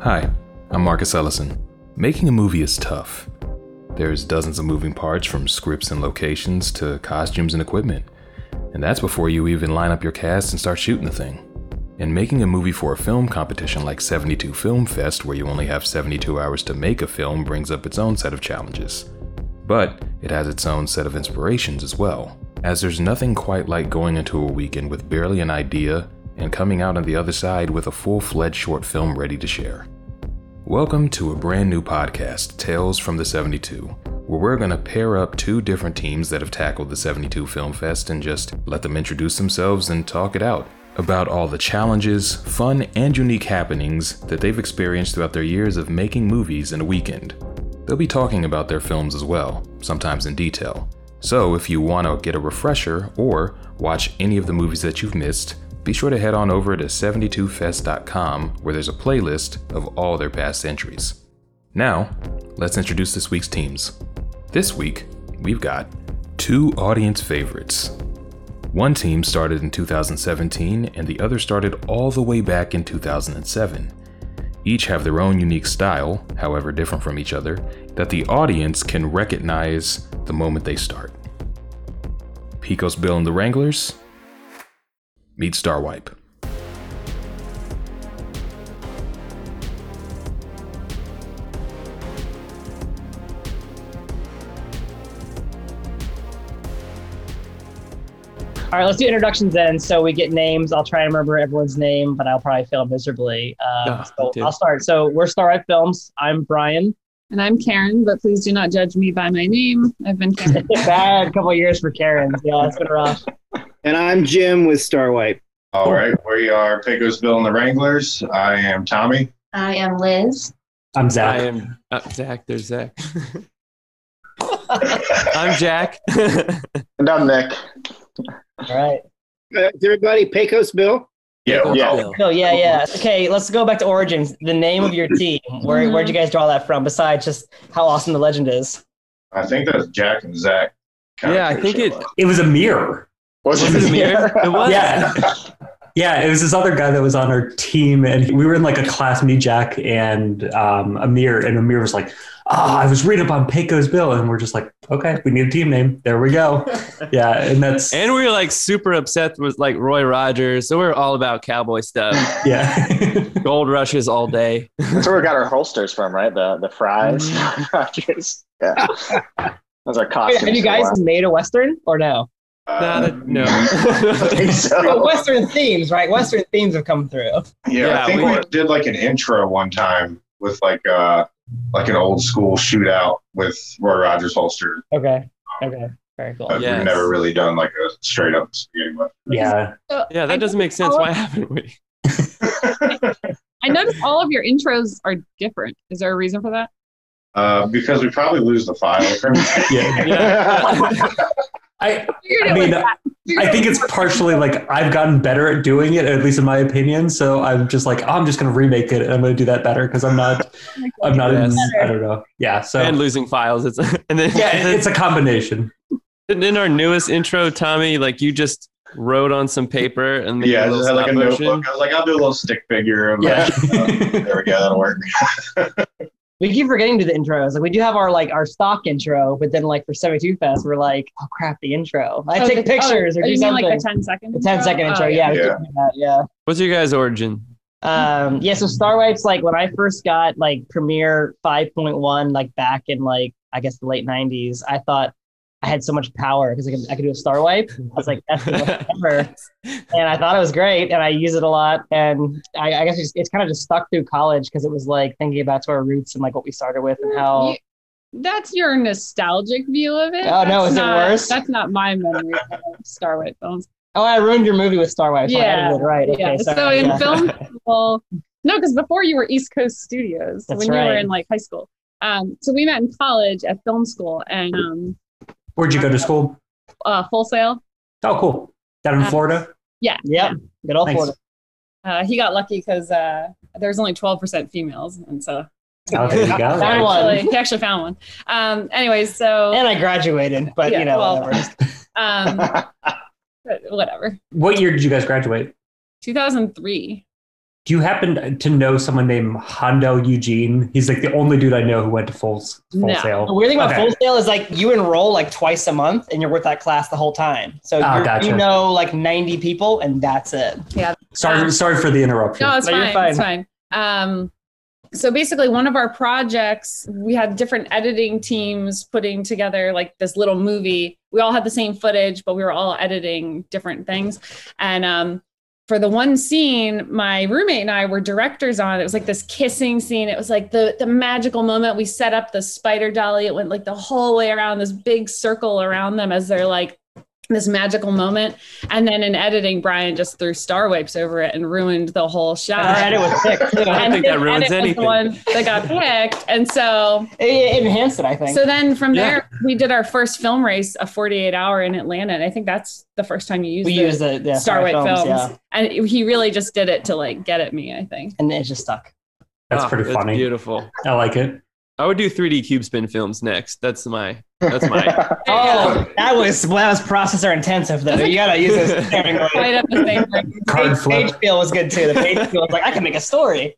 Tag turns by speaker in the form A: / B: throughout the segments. A: Hi, I'm Marcus Ellison. Making a movie is tough. There's dozens of moving parts from scripts and locations to costumes and equipment. And that's before you even line up your cast and start shooting the thing. And making a movie for a film competition like 72 Film Fest, where you only have 72 hours to make a film, brings up its own set of challenges. But it has its own set of inspirations as well, as there's nothing quite like going into a weekend with barely an idea and coming out on the other side with a full fledged short film ready to share. Welcome to a brand new podcast, Tales from the 72, where we're going to pair up two different teams that have tackled the 72 Film Fest and just let them introduce themselves and talk it out about all the challenges, fun, and unique happenings that they've experienced throughout their years of making movies in a weekend. They'll be talking about their films as well, sometimes in detail. So if you want to get a refresher or watch any of the movies that you've missed, be sure to head on over to 72fest.com where there's a playlist of all their past entries. Now, let's introduce this week's teams. This week, we've got two audience favorites. One team started in 2017 and the other started all the way back in 2007. Each have their own unique style, however different from each other, that the audience can recognize the moment they start. Pico's Bill and the Wranglers, meet Starwipe.
B: All right, let's do introductions then. So we get names. I'll try and remember everyone's name, but I'll probably fail miserably. Um,
C: Ah,
B: so
C: me too.
B: I'll start. So we're Starlight Films. I'm Brian.
D: And I'm Karen, but please do not judge me by my name. I've been Karen.
B: Bad couple of years for Karen. Yeah, it's been rough.
E: And I'm Jim with Starwipe.
F: All right, we are Pecos Bill and the Wranglers. I am Tommy.
G: I am Liz.
H: I'm
C: I
H: Zach.
C: am uh, Zach. There's Zach. I'm Jack.
F: And I'm Nick.
B: All right.
E: Uh, is everybody Pecos Bill?
F: Yeah, yeah.
B: So yeah, yeah. Okay, let's go back to origins. The name of your team. Where where'd you guys draw that from? Besides just how awesome the legend is.
F: I think that's Jack and Zach. kinda
C: Yeah, I
F: picture
C: think it
H: It was a mirror.
F: was
C: was it a mirror. It was.
H: Yeah. Yeah, it was this other guy that was on our team, and we were in like a class, me, Jack, and um, Amir. And Amir was like, Ah, I was reading up on Pecos Bill. And we're just like, Okay, we need a team name. There we go. Yeah. And that's,
C: And we were like super upset with like Roy Rogers. So we are all about cowboy stuff,
H: yeah.
C: gold rushes all day.
I: That's where we got our holsters from, right? The the fries, Rogers. Yeah, those are costumes.
B: Have you
I: for a
B: guys
I: while.
B: made a western or no?
C: Not
F: Uh,
C: a- no.
I: I think
B: Well,
I: so.
B: western themes, right? Western themes have come through.
F: Yeah,
C: Yeah,
F: I think
C: we-
F: we did like an intro one time with like uh like an old school shootout with Roy Rogers holster.
B: Okay. Okay. Very cool.
F: But
C: Yes.
F: We've never really done like a straight up spaghetti one.
H: Yeah.
C: Yeah, that doesn't make sense. Why haven't we?
D: I noticed all of your intros are different. Is there a reason for that?
F: Uh, because we probably lose the file.
H: Yeah.
C: Yeah.
H: I,
D: Figured
H: I
D: it
H: mean,
D: was that. Figured
H: I
D: it
H: think
D: was
H: it's partially like I've gotten better at doing it, at least in my opinion. So I'm just like, I'm just going to remake it and I'm going to do that better because I'm not,
D: that.
H: I'm not, in,
C: Yes.
H: I don't know. Yeah. So,
C: And losing files. It's and then
H: yeah, it's a combination.
C: And in our newest intro, Tommy, like you just wrote on some paper and made
F: yeah, I
C: a little
F: just had like a
C: stop motion.
F: notebook. I was like, I'll do a little stick figure. I'm
H: Yeah.
F: like, uh, there we go, that'll work.
B: We keep forgetting to do the intros. Like we do have our like our stock intro, but then like for 72 Fest, we're like, oh crap, the intro. I
D: Oh,
B: take
D: the- oh,
B: pictures or
D: oh,
B: do
D: you mean
B: something.
D: like the 10 second?
B: the 10 second
D: Oh,
B: intro, yeah, we
F: yeah.
B: keep doing that, yeah.
C: What's your guys' origin?
B: Um, yeah, so Starwipe's like when I first got like Premiere 5.1, like back in like I guess the late 90s, I thought I had so much power because I could, I could do a Starwipe. I was like, that's the best ever. And I thought it was great and I use it a lot. And I, I guess it's, it's kind of just stuck through college because it was like thinking back to our roots and like what we started with and how.
D: You- that's your nostalgic view of it.
B: Oh, no,
D: That's
B: is it
D: not-
B: worse?
D: That's not my memory of Starlight films.
B: Oh, I ruined your movie with Starwipe. So I
D: Yeah,
B: edited it right. Okay,
D: yeah. So
B: sorry,
D: in
B: yeah.
D: film school, no, because before you were East Coast Studios
B: That's
D: when you were
B: right.
D: in like high school. Um, so we met in college at film school and um,
H: Where'd you go to school?
D: uh, Full Sail.
H: Oh, cool. Down in Florida?
B: Yep. Good old
H: Thanks.
B: Florida.
D: Uh, he got lucky because uh, there's only 12% females, and so
H: Oh, there you go.
B: Found one.
D: actually, he actually found one. Um, anyways, so
B: And I graduated, but
D: Yeah,
B: you know,
D: well,
B: whatever.
D: um, but whatever.
H: What year did you guys graduate?
D: 2003.
H: Do you happen to know someone named Hondo Eugene? He's like the only dude I know who went to full, full
D: No.
B: The
H: sale.
B: weird thing about
H: Okay.
B: Full Sail is like you enroll like twice a month and you're with that class the whole time. So
H: Oh,
B: you're-
H: gotcha.
B: you know like 90 people and that's it.
H: Sorry, sorry for the interruption.
D: No, it's
B: No,
D: fine.
B: you're
D: It's fine. Um, so basically, one of our projects, we had different editing teams putting together like this little movie. We all had the same footage, but we were all editing different things. And um, for the one scene, my roommate and I were directors on. It was like this kissing scene. It was like the the magical moment. We set up the spider dolly. It went like the whole way around this big circle around them as they're like this magical moment. And then in editing, Brian just threw star wipes over it and ruined the whole shot.
B: Our edit was sick too.
C: I
D: And
C: think that
D: his
C: ruins
D: edit was
C: anything.
D: The one that got picked, and so
B: It, it enhanced it, I think.
D: so then from
C: Yeah.
D: there we did our first film race, a 48 hour in Atlanta, and I think that's the first time you used
B: we
D: it.
B: used the yeah,
D: Star
B: Starlight
D: White
B: films,
D: Films.
B: yeah.
D: And he really just did it to like get at me, I think.
B: and it just stuck.
H: That's
C: Ah,
H: pretty funny.
C: Beautiful.
H: I like it.
C: I would do 3D cube spin films next. That's my. That's my.
B: Oh, that was well, that was processor intensive though. You gotta use this.
D: Quite up the same thing.
H: Card
B: page,
H: flip.
B: page feel was good too. The page feel was like I can make a story.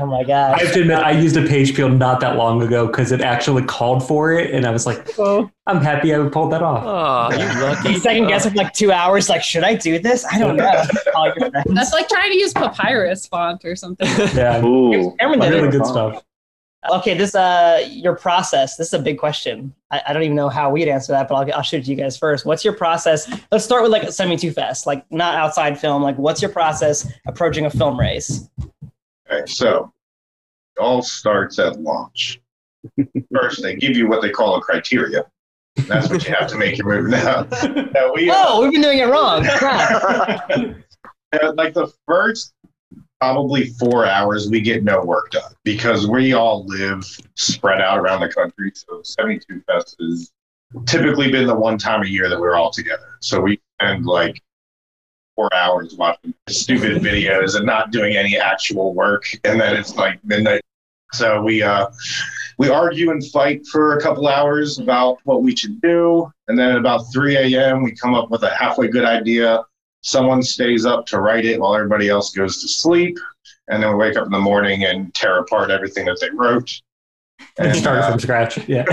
B: Oh my
H: I
B: gosh!
H: have to admit, I used a page peel not that long ago because it actually called for it, and I was like,
D: Oh.
H: I'm happy I pulled that off.
C: Oh, you lucky.
B: Uh, You second guess for like two hours. Like, should I do this? I don't know. Call your friends.
D: That's like trying to use papyrus font or something.
H: Yeah,
I: Ooh.
B: Cameron did it.
H: really good stuff.
B: Okay, this uh, your process. This is a big question. I, I don't even know how we'd answer that, but I'll, I'll shoot it to you guys first. What's your process? Let's start with like semi two fest, like not outside film. Like, what's your process approaching a film race?
F: Okay, so it all starts at launch. First, they give you what they call a criteria. That's what you have to make your movie. Now, now we,
B: Oh, we've been doing it wrong. Crap.
F: Uh, like the first probably four hours, we get no work done because we all live spread out around the country. So 72 Fest has typically been the one time a year that we're all together. So we spend like four hours watching stupid videos and not doing any actual work. And then it's like midnight. So we, uh, we argue and fight for a couple hours about what we should do. And then at about 3 a.m., we come up with a halfway good idea. Someone stays up to write it while everybody else goes to sleep. And then we wake up in the morning and tear apart everything that they wrote.
H: And start
F: uh,
H: from scratch. Yeah.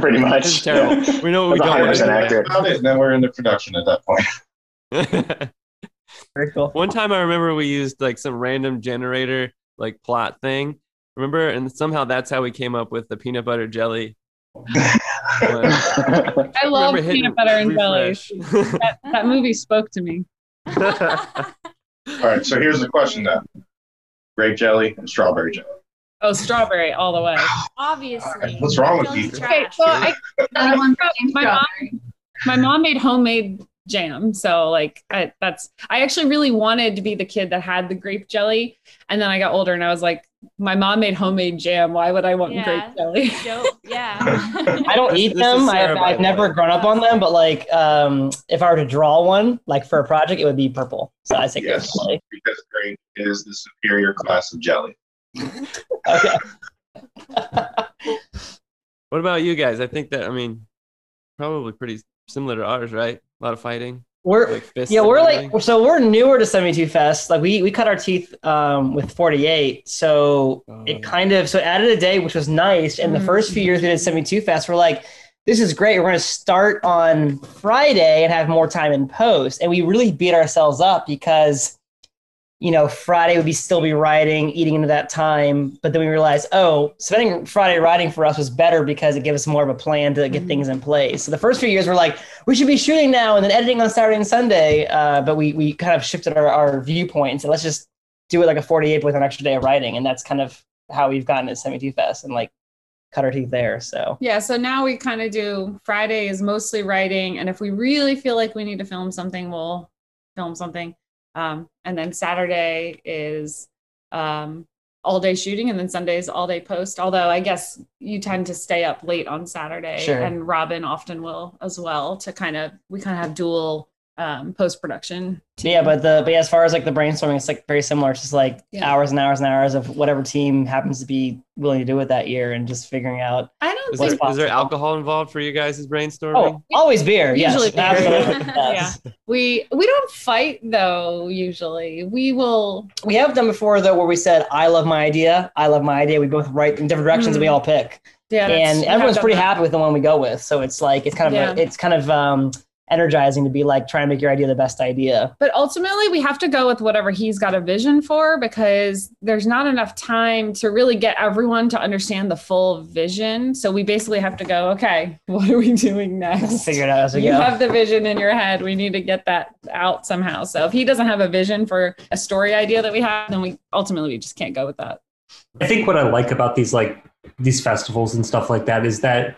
I: Pretty much.
C: This is terrible. We know what we
I: That's
C: don't want
I: 100%
C: to
I: accurate.
F: about it, and then we're into production at that point.
C: do.
B: Very cool.
C: One time I remember we used like some random generator like plot thing. Remember? And somehow that's how we came up with the peanut butter jelly. I
D: I love
C: remember hitting
D: peanut butter and jelly.
C: refresh.
D: That, that movie spoke to me.
F: All right, so here's the question then grape jelly and strawberry jelly.
D: Oh, strawberry all the way.
G: Obviously.
F: What's wrong with you?
D: Okay, well, I, my mom, my mom made homemade jam, so like I, that's I actually really wanted to be the kid that had the grape jelly, and then I got older and I was like, my mom made homemade jam. Why would I want
G: Yeah.
D: grape jelly?
G: Dope. Yeah.
B: I don't
C: This-
B: eat
C: this is
B: them.
C: Sarah,
B: I've,
C: by
B: I've
C: the
B: never
C: way.
B: grown up on them, but like, um, if I were to draw one, like for a project, it would be purple. So I say
F: Yes.
B: grape
F: Because grape is the superior class of jelly.
B: jelly. Okay.
C: what about you guys? I think that I mean probably pretty similar to ours, right? A lot of fighting.
B: We're
C: Like fists
B: yeah,
C: and
B: we're
C: everything.
B: like so we're newer to 72 Fest. Like we we cut our teeth um with 48. So
C: Oh.
B: it kind of so it added a day, which was nice. And the first few years we did 72 Fest, we're like, this is great. We're gonna start on Friday and have more time in post. And we really beat ourselves up because you know, Friday would be still be writing, eating into that time. But then we realized, oh, spending Friday writing for us was better because it gave us more of a plan to get things in place. So the first few years we're like, we should be shooting now and then editing on Saturday and Sunday. Uh, but we we kind of shifted our, our viewpoint and said, let's just do it like a 48 with an extra day of writing. And that's kind of how we've gotten at 72 Fest and like cut our teeth there. So
D: Yeah, so now we kind of do Friday is mostly writing, and if we really feel like we need to film something, we'll film something. Um, and then Saturday is um, all day shooting, and then Sunday is all day post. Although I guess you tend to stay up late on Saturday,
B: Sure.
D: and Robin often will as well to kind of we kind of have dual um, post production.
B: Yeah, but the but yeah, as far as like the brainstorming, it's like very similar. It's just like
D: Yeah.
B: hours and hours and hours of whatever team happens to be willing to do it that year, and just figuring out.
D: I don't
C: Is
D: think
C: there,
B: What's
C: is there
B: possible?
C: alcohol involved for you guys' brainstorming?
B: Oh, always beer. Yes,
D: Usually beer.
B: absolutely.
D: Yeah. we we don't fight though. Usually, we will.
B: We have done before though, where we said, "I love my idea. I love my idea." We both write in different directions, and we all pick,
D: Mm. Yeah, that's-
B: and
D: we have
B: everyone's
D: done
B: pretty
D: that.
B: happy with the one we go with. So it's like it's kind of
D: Yeah.
B: it's kind of um, energizing to be like trying to make your idea the best idea.
D: But ultimately, we have to go with whatever he's got a vision for because there's not enough time to really get everyone to understand the full vision. So we basically have to go, okay, what are we doing next?
B: Figure it out as we
D: you
B: go.
D: have the vision in your head. We need to get that out somehow. So if he doesn't have a vision for a story idea that we have, then we ultimately we just can't go with that.
H: I think what I like about these like these festivals and stuff like that is that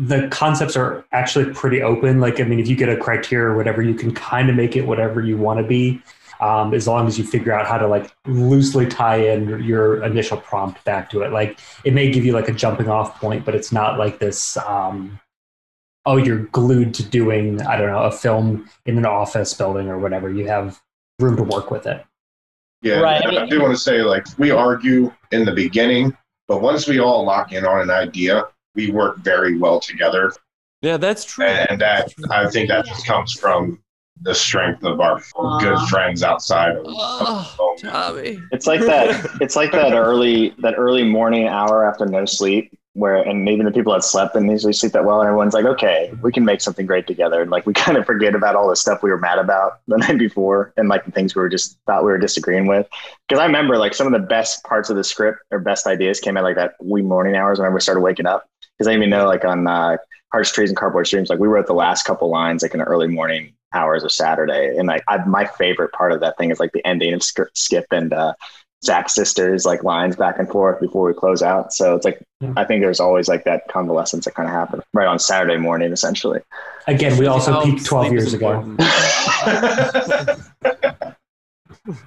H: the concepts are actually pretty open. Like, I mean, if you get a criteria or whatever, you can kind of make it whatever you want to be, um, as long as you figure out how to like loosely tie in your initial prompt back to it. Like, it may give you like a jumping off point, but it's not like this. Um, oh, you're glued to doing I don't know a film in an office building or whatever. You have room to work with it.
F: Yeah,
B: Right, I
F: and I,
B: mean-
F: do want to say like we argue in the beginning, but once we all lock in on an idea, we work very well together,
C: Yeah, that's true.
F: and, and that I think that just comes from the strength of our good friends outside of.
C: Oh, Tommy.
I: It's like that. It's like that early that early morning hour after no sleep, where and maybe the people that slept didn't usually sleep that well, and everyone's like, okay, we can make something great together, and like we kind of forget about all the stuff we were mad about the night before, and like the things we were just thought we were disagreeing with. Because I remember like some of the best parts of the script or best ideas came out like that wee morning hours whenever we started waking up. Because I even know like on uh, Hearts, Trees, and Cardboard Streams, like we wrote the last couple lines like in the early morning hours of Saturday, and like I, my favorite part of that thing is like the ending of Sk- Skip and uh, Zach's sisters like lines back and forth before we close out. So it's like
H: Yeah.
I: I think there's always like that convalescence that kind of happened right on Saturday morning, essentially.
H: Again, we also
C: Oh,
H: peaked twelve
C: sleep is
H: years ago.
C: important.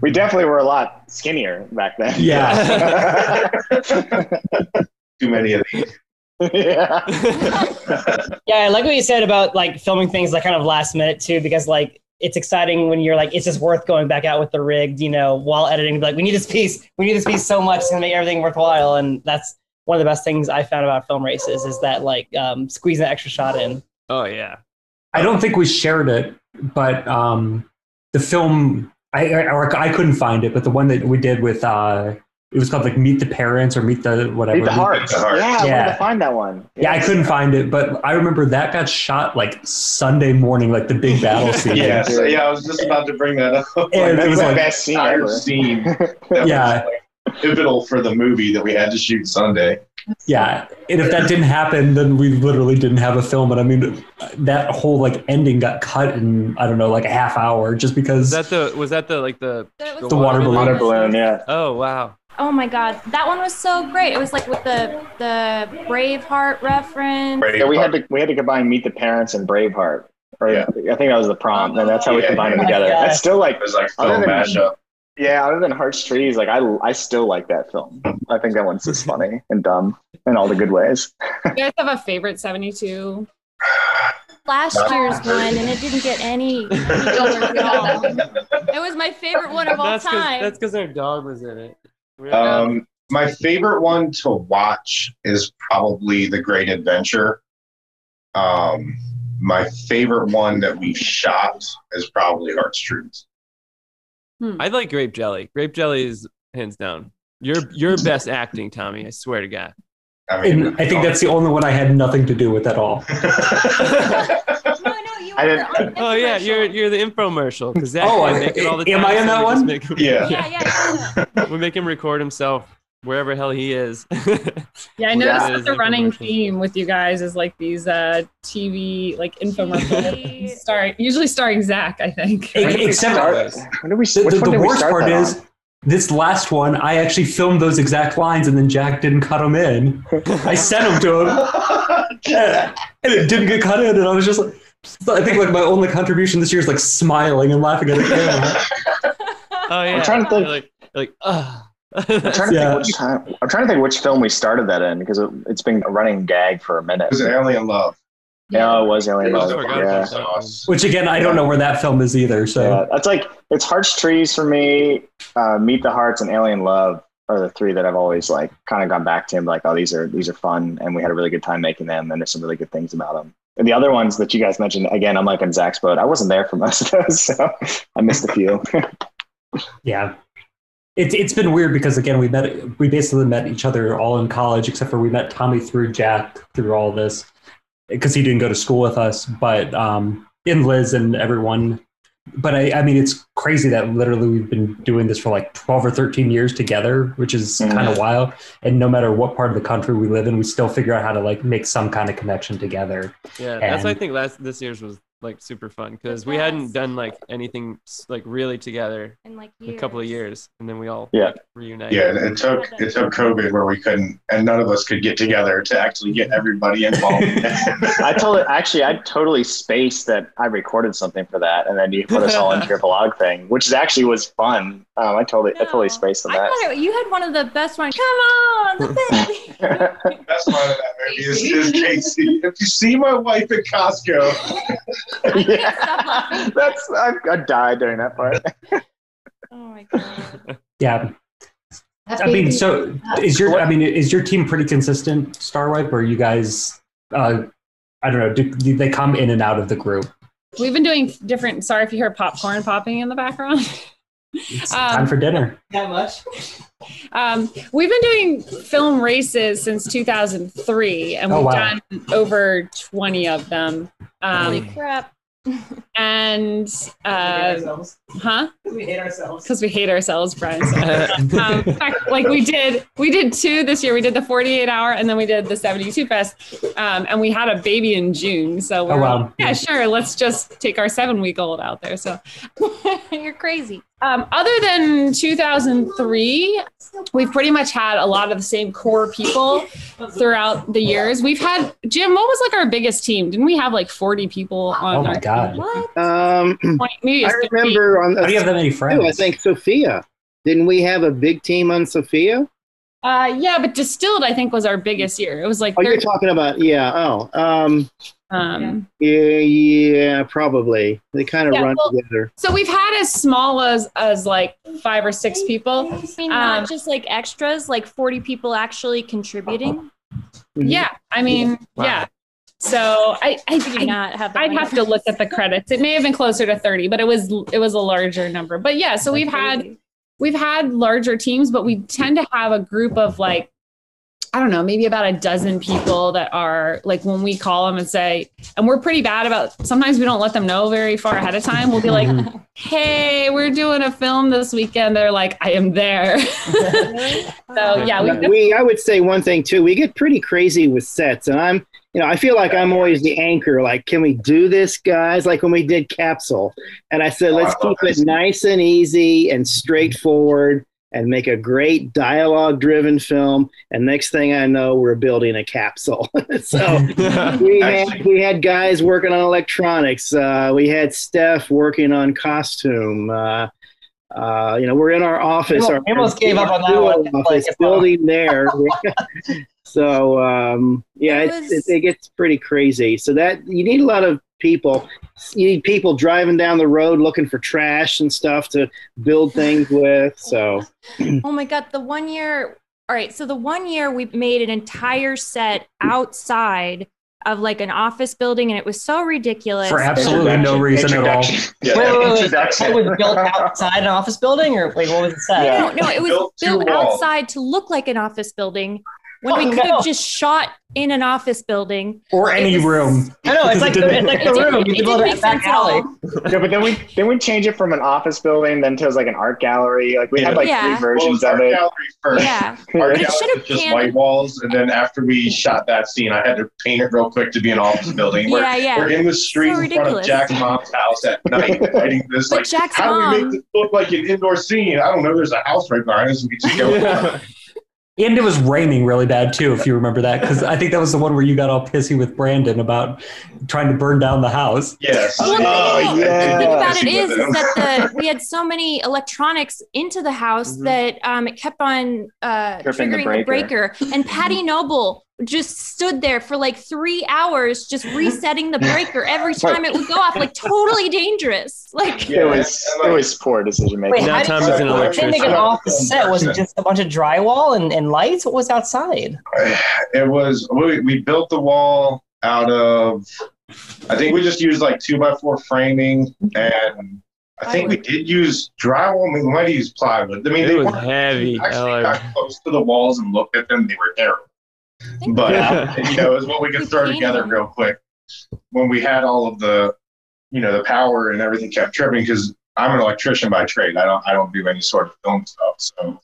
I: we definitely were a lot skinnier back then.
C: Yeah.
F: Too many of these.
I: yeah.
B: Yeah, I like what you said about like filming things like kind of last minute too, because like it's exciting when you're like, it's just worth going back out with the rig, you know, while editing. Like, we need this piece, we need this piece so much to make everything worthwhile, and that's one of the best things I found about film races is that like um, squeezing that extra shot in.
C: Oh yeah.
H: I don't think we shared it, but um, the film I, I or I couldn't find it, but the one that we did with uh, it was called like Meet the Parents or Meet the whatever.
I: Meet the hearts.
F: The Hearts.
I: Yeah, I wanted
H: Yeah.
I: to find that one.
H: Yeah, I couldn't find it, but I remember that got shot like Sunday morning, like the big battle scene.
F: Yeah, so, yeah. I was just about to bring that up.
H: Yeah,
I: That's
H: it was
I: the
H: like-
I: best scene
F: entire
I: ever.
F: scene that
H: Yeah.
F: was like pivotal for the movie that we had to shoot Sunday.
H: Yeah, and if that didn't happen, then we literally didn't have a film. And I mean, that whole like ending got cut in I don't know like a half hour just because.
C: Is that the was that the like the
G: That
C: The
G: so
H: water
G: good.
H: balloon.
I: Water balloon, yeah.
C: oh wow.
G: Oh my god, that one was so great. It was like with the the Braveheart reference.
F: Right?
I: Yeah, we had to we had to combine Meet the Parents and Braveheart. Or
F: Yeah.
I: I think that was the prompt, and that's how we
F: Yeah.
I: combined them
B: Yeah.
I: together. That's still like
F: It was like
I: Other
F: film
I: than-
F: mashup.
I: Yeah, other than Hearts Trees, like I, I still like that film. I think that one's just funny and dumb in all the good ways.
D: You guys have a favorite 72?
G: Last year's one, and it didn't get any. It was my favorite one of all
C: That's because
G: time.
C: that's because our dog was in it. We're-
F: Um, my favorite one to watch is probably The Great Adventure. Um, my favorite one that we shot is probably Heart's Truths.
C: I like grape jelly. Grape jelly is hands down. Your your best acting, Tommy. I swear to God.
F: I mean,
H: and I think that's the only one I had nothing to do with at all.
G: No, no,
I: I
G: you were
I: didn't-
G: on the
C: Oh yeah,
G: commercial.
C: you're you're the infomercial because Zach
H: Oh,
C: and I make it all the time.
H: am I in
C: so
H: that
C: we just
H: one?
C: make him-
F: Yeah.
G: Yeah, yeah, yeah. yeah.
C: we make him record himself wherever hell he is.
D: Yeah, I
I: Yeah,
D: noticed
C: it
D: that
C: is
D: the running
C: infomercial.
D: theme with you guys is like these uh, TV like
G: Jeez.
D: infomercials. Sorry, usually starring Zach, I think.
H: E-
I: When did we
H: Except
I: start- when did we?
H: The,
I: which
H: the, the
I: one did we
H: worst
I: start
H: part
I: that on?
H: is this last one. I actually filmed those exact lines, and then Jack didn't cut them in. I sent them to him, and, and it didn't get cut in. And I was just like, I think like my only contribution this year is like smiling and laughing at the camera.
C: Oh yeah.
I: trying to think.
C: You're like, you're like ugh.
I: I'm trying, to
H: Yeah.
I: think which time, I'm trying to think which film we started that in because it, it's been a running gag for a minute.
F: It was Alien Love.
I: Yeah, it was Alien
F: It was
I: Love.
C: Forgot
I: Yeah.
C: about
F: Sauce.
H: Which again, I don't know where that film is either.
I: yeah,
H: So
I: that's like it's Hearts Trees for me. Uh, Meet the Hearts and Alien Love are the three that I've always like kind of gone back to and be like, oh, these are these are fun, and we had a really good time making them, and there's some really good things about them. And the other ones that you guys mentioned, again, I'm like in Zach's boat. I wasn't there for most of those, so I missed a few.
H: yeah, it's it's been weird because again, we met we basically met each other all in college, except for we met Tommy through Jack through all this because he didn't go to school with us, but um, in Liz and everyone. But I, I mean, it's crazy that literally we've been doing this for like 12 or 13 years together, which is
I: Mhm.
H: kind of wild. And no matter what part of the country we live in, we still figure out how to like make some kind of connection together.
C: Yeah, that's why I
H: And-
C: think last this year's was like super fun because
G: It
C: we hadn't
G: was.
C: done like anything s- like really together
G: in like
C: in a couple of years, and then we all
I: Yeah.
C: like, reunited.
F: Yeah, it took it took COVID where we couldn't, and none of us could get together to actually get everybody involved.
I: I totally, actually, I totally spaced that I recorded something for that, and then you put us all into your vlog thing, which is actually was fun. Um, I totally, I totally
G: No,
I: spaced on
G: I thought it, you had one of the best ones. Come on, the thing.
I: that.
F: That's one of that movie is, is Casey. If you see my wife at Costco,
I: yeah. That's I, I died during that part.
G: oh my god.
H: Yeah. I mean, so is your I mean, is your team pretty consistent, Starwipe, or you guys uh I don't know, do, do they come in and out of the group?
D: We've been doing different. Sorry if you hear popcorn popping in the background.
H: It's
D: Um,
H: time for dinner.
J: That much?
D: Um, we've been doing film races since 2003, and
H: Oh,
D: we've
H: wow.
D: done over 20 of them.
G: Holy
D: Um,
G: crap.
D: and uh, huh?
J: we hate ourselves.
D: Because we hate ourselves, Brian. said. um, in fact, like we did we did two this year we did the 48 hour and then we did the 72 fest um, and we had a baby in june so we're
H: Oh, wow.
D: like, yeah sure let's just take our seven week old out there so
G: You're crazy.
D: um, other than 2003 we've pretty much had a lot of the same core people throughout the years we've had jim what was like our biggest team didn't we have like 40 people on
H: Oh my
D: our
H: god.
G: What?
E: Um,
D: point maybe
E: I
D: it's 50.
E: remember on
H: How do you have
E: the
H: that many friends?
E: I think Sophia. Didn't we have a big team on Sophia?
D: uh, yeah but distilled i think was our biggest year it was like
E: Oh, you're
D: 30,
E: talking about yeah. Oh, um,
D: um,
E: yeah, yeah, probably. They kind of
D: Yeah,
E: run
D: well-
E: together.
D: So we've had as small as as like five or six people.
G: I mean, not
D: Um,
G: just like extras, like 40 people actually contributing.
E: Mhm.
D: Yeah, I mean,
C: Wow.
D: yeah. So I I,
G: We do
D: I
G: not have. the
D: I'd have to look at the credits. It may have been closer to thirty, but it was it was a larger number. But yeah, so we've had
G: Crazy.
D: we've had larger teams, but we tend to have a group of like I don't know, maybe about a dozen people that are like when we call them and say, and we're pretty bad about sometimes we don't let them know very far ahead of time. We'll be like, hey, we're doing a film this weekend. They're like, I am there.
G: Really?
D: So yeah, we
E: we I would say one thing too. We get pretty crazy with sets, and I'm you know I feel like I'm always the anchor. Like, can we do this, guys? Like when we did Capsule, and I said
F: Oh,
E: let's
F: I love
E: keep it nice and easy and straightforward, and make a great dialogue-driven film. And next thing I know, we're building a capsule. so we had we had guys working on electronics. Uh, we had Steph working on costume. Uh, uh, you know, we're in our office.
B: Well,
E: our-
B: we almost gave up on that
E: our
B: one. It's like,
E: office
B: it's not-
E: building there. so um, yeah,
G: It
E: it, it,
G: was-
E: it gets pretty crazy. So that you need a lot of people. You need people driving down the road looking for trash and stuff to build things with. So
G: Oh my god, the one year. All right, so the one year we made an entire set outside of like an office building, and it was so ridiculous.
H: For absolutely no reason at all.
I: Introduction.
F: yeah,
B: Wait, wait, wait.
I: Introduction.
B: It was built outside an office building, or like what was it said?
G: No, no, it was
F: Built
G: built,
F: two walls.
G: outside to look like an office building when we
B: Oh,
G: could have
B: no.
G: just shot in an office building.
H: Or
G: It
H: any
G: was-
H: room.
B: I know it's like the, it's like
G: It
B: the room.
G: didn't- it
B: You can
G: didn't
B: build it
G: make
B: in the back
G: sense at all.
B: alley.
I: No, but then we then we change it from an office building then to it was like an art gallery. Like we had like
G: Yeah.
I: three
F: Well, it was
I: versions
F: art
I: of it.
F: gallery first.
G: Yeah,
F: Art
G: But it
F: gallery
G: should have
F: was just
G: panned-
F: white walls, and then after we shot that scene, I had to paint it real quick to be an office building. We're,
G: yeah,
F: we're
G: yeah.
F: in the street
G: So
F: in front of
G: ridiculous.
F: Jack Mom's house at night, writing this
G: But
F: like.
G: Jack's
F: How do we make
G: mom.
F: this look like an indoor scene? I don't know. There's a house right behind us. We just go.
C: Yeah.
H: And it was raining really bad too, if you remember that, because I think that was the one where you got all pissy with Brandon about trying to burn down the house.
F: Yes.
G: Well,
I: Oh,
F: I- I
I: yeah.
F: did
G: The thing
I: Yeah,
G: about it
F: see
G: is,
F: with
G: is
F: him.
G: that the, we had so many electronics into the house
C: Mhm.
G: that um, it kept on uh,
I: Tripping the
G: triggering the breaker. And Patty Noble just stood there for like three hours, just resetting the breaker every time it would go off. Like totally dangerous. Like
F: Yeah,
I: it was
F: and, like-
I: it was poor decision making.
B: Wait,
C: Now
B: how did,
C: Tom's
B: you-
C: an
B: I didn't think
C: electrician.
B: an office set was just a bunch of drywall and, and lights. What was outside?
F: It was we, we built the wall out of I think we just used like two by four framing and I think we did use drywall. We might have used plywood. I mean,
C: It
F: they
C: was
F: weren't-
C: heavy. I
F: actually
C: like-
F: got close to the walls and looked at them. They were terrible. But you know, it was what we could throw together real quick when we had all of the, you know, the power and everything kept tripping because I'm an electrician by trade. I don't I don't do any sort of film stuff, so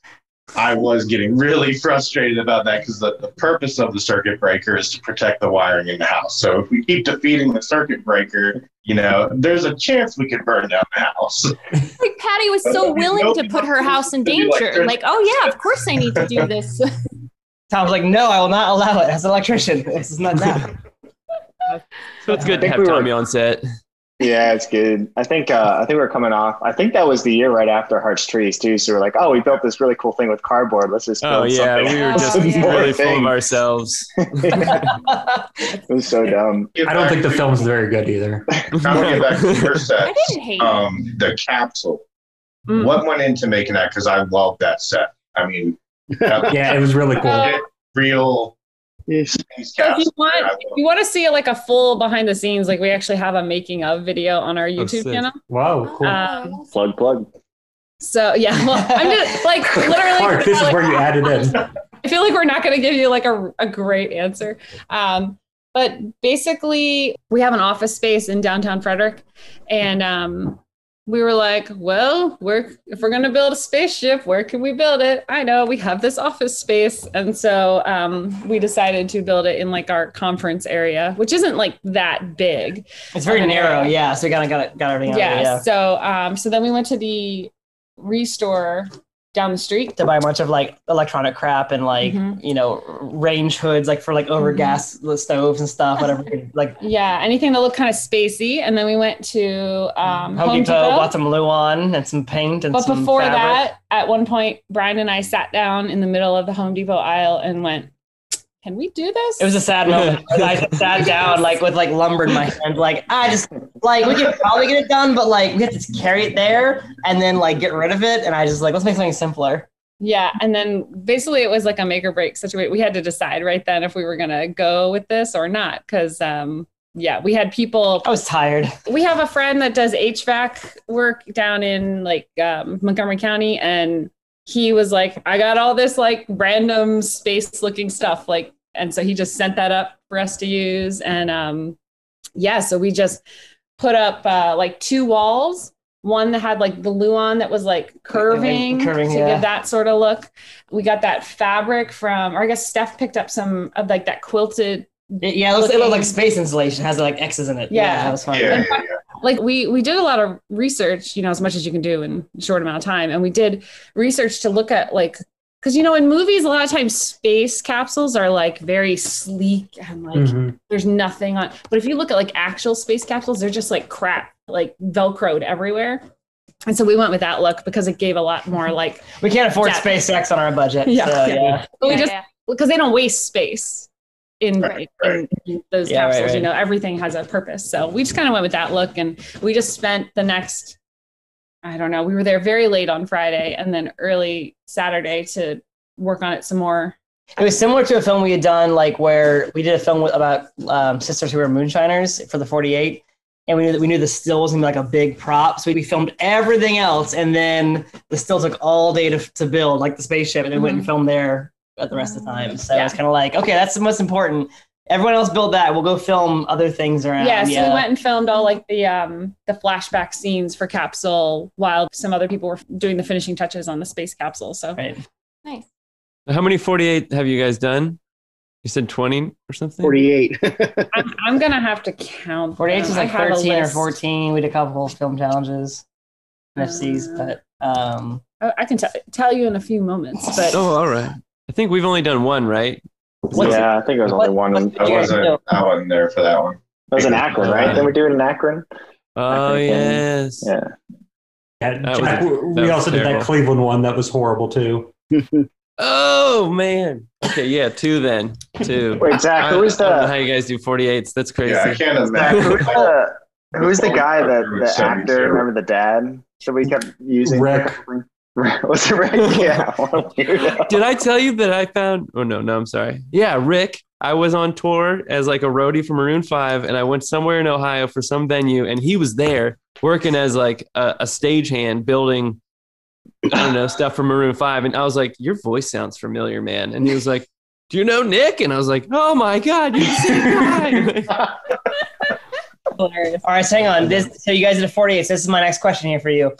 F: I was getting really frustrated about that because the, the purpose of the circuit breaker is to protect the wiring in the house. So if we keep defeating the circuit breaker, you know, there's a chance we could burn down the house.
G: Like Patty was so willing to put her house in danger. Like, oh yeah, of course I need to do this.
B: Tom's like, no, I will not allow it. As an electrician, this is not that.
C: so it's good to
I: I think
C: have
I: we were-
C: Tommy on set.
I: Yeah, it's good. I think uh, I think we're coming off. I think that was the year right after Hearts Trees too. So we're like, oh, we built this really cool thing with cardboard. Let's just build
C: Oh yeah,
I: something.
C: we were
G: Oh,
C: just
G: yeah.
C: really full of
I: Thing.
C: ourselves.
I: it was so dumb.
H: I don't think the film's very good either.
F: I'm gonna get back to your
G: I
F: set.
G: didn't hate it.
F: um, the capsule.
H: Mm.
F: What went into making that? Because I love that set. I mean, that
H: Yeah, it was really cool.
F: real
E: Yes.
F: space
D: So if you
F: capsule.
D: want,
F: I
D: if you want to see like a full behind the scenes, like we actually have a making of video on our YouTube
C: sick.
D: channel.
H: Wow, cool.
G: Uh,
D: Um,
I: Plug, plug.
D: So yeah, well, I'm just like literally.
H: Clark, this is
D: like,
H: where you added in.
D: I feel like we're not going to give you like a, a great answer. Um, but basically, we have an office space in downtown Frederick. And um, we were like, well, we're, if we're going to build a spaceship, where can we build it? I know we have this office space. And so um, we decided to build it in like our conference area, which isn't like that big. Um,
B: It's very narrow, yeah. So we kind of got, got everything out
D: Yeah.
B: of it, yeah.
D: So um, so then we went to the restore down the street.
B: To buy a bunch of like electronic crap and like,
D: Mhm.
B: you know, range hoods, like for like over
D: Mm-hmm.
B: gas stoves and stuff, whatever. you could, Like
D: Yeah, anything that looked kind of spacey. And then we went to um,
B: Home Depot, bought some Luan and some paint and
D: But
B: some
D: before
B: fabric.
D: that, at one point, Brian and I sat down in the middle of the Home Depot aisle and went, "Can we do this?"
B: It was a sad moment. I sat down like with like lumber in my hand, like I just like we could probably get it done, but like we have to carry it there and then like get rid of it. And I just like let's make something simpler.
D: yeah. And then basically, it was like a make or break situation. We had to decide right then if we were gonna go with this or not, because um, yeah, we had people
B: I was tired.
D: we have a friend that does HVAC work down in like um, Montgomery County, and he was like, "I got all this like random space looking stuff," like, and so he just sent that up for us to use, and um, yeah, so we just put up uh, like two walls. One that had like the luan that was like curving,
B: Curving,
D: to
B: yeah.
D: give that sort of look. We got that fabric from, or I guess Steph picked up some of like that quilted.
B: It, yeah, it looks, it looks like space insulation It has like X's in it. Yeah,
D: Yeah.
B: that was fun.
F: Yeah, yeah, yeah.
D: like we we did a lot of research you know as much as you can do in a short amount of time and we did research to look at like because you know in movies a lot of times space capsules are like very sleek and like
B: Mm-hmm.
H: Mhm.
D: there's nothing on but if you look at like actual space capsules they're just like crap like velcroed everywhere and so we went with that look because it gave a lot more like
B: We can't afford
D: Yeah.
B: SpaceX on our budget.
D: Yeah.
B: so, yeah.
D: but we
G: Yeah,
D: just
G: yeah.
D: because they don't waste space in,
F: Right,
D: in- in those
B: Yeah, right,
D: capsules. You
B: right.
D: know, everything has a purpose. So we just kind of went with that look, and we just spent the next. I don't know. We were there very late on Friday and then early Saturday to work on it some more.
B: It was similar to a film we had done, like where we did a film with, about um, sisters who were moonshiners for the 48. And we knew that we knew the still was gonna be like a big prop. So we filmed everything else. And then the still took all day to, to build, like the spaceship, and then went
D: Mm-hmm.
B: and filmed there at the rest of the time. So it's kind of like, okay, that's the most important. Everyone else build that. We'll go film other things around.
D: yeah, so we went and filmed all like the um the flashback scenes for Capsule while some other people were doing the finishing touches on the space capsule. So
B: Right.
C: How many 48 have you guys done? You said 20 or something?
E: 48.
D: I'm, I'm gonna have to count.
B: 48
D: them.
B: was
D: I
B: like
D: have a
B: 13 or
D: list.
B: 14. We did a couple film challenges, NFCs,
D: Uh,
B: but um,
D: I, I can tell tell you in a few moments, but
C: Oh, all right. I think we've only done one, right?
B: What's
I: yeah, I think it was only one. That
F: I
B: Yeah, no.
F: wasn't. I wasn't there for that one.
I: was in Akron, right? Then we do it in Akron.
C: Oh,
I: think, um,
C: yes.
I: Yeah.
H: Yeah,
C: That was-
H: Jack,
C: that
H: we
C: was
H: also did that
C: terrible.
H: Cleveland one that was horrible too.
C: Oh man. Okay, yeah, two then. Two.
I: Wait, Zach, who was
C: I, I don't know
I: the
C: how you guys do 48s. That's crazy.
F: Yeah, I can't
I: Zach, who was
F: imagine. like,
I: the who was the guy that the actor?
F: 72?
I: Remember the dad that we kept using?
H: Rick.
I: Was it Rick? Yeah. Well, you know.
C: Did I tell you that I found? Oh no, no, I'm sorry. Yeah, Rick. I was on tour as like a roadie for Maroon Five, and I went somewhere in Ohio for some venue, and he was there working as like a, a stagehand building, I don't know, stuff for Maroon Five. And I was like, "Your voice sounds familiar, man." And he was like, "Do you know Nick?" And I was like, "Oh my god, you guy!"
D: Hilarious.
B: All right, so hang on. This so you guys did a 48. So this is my next question here for you.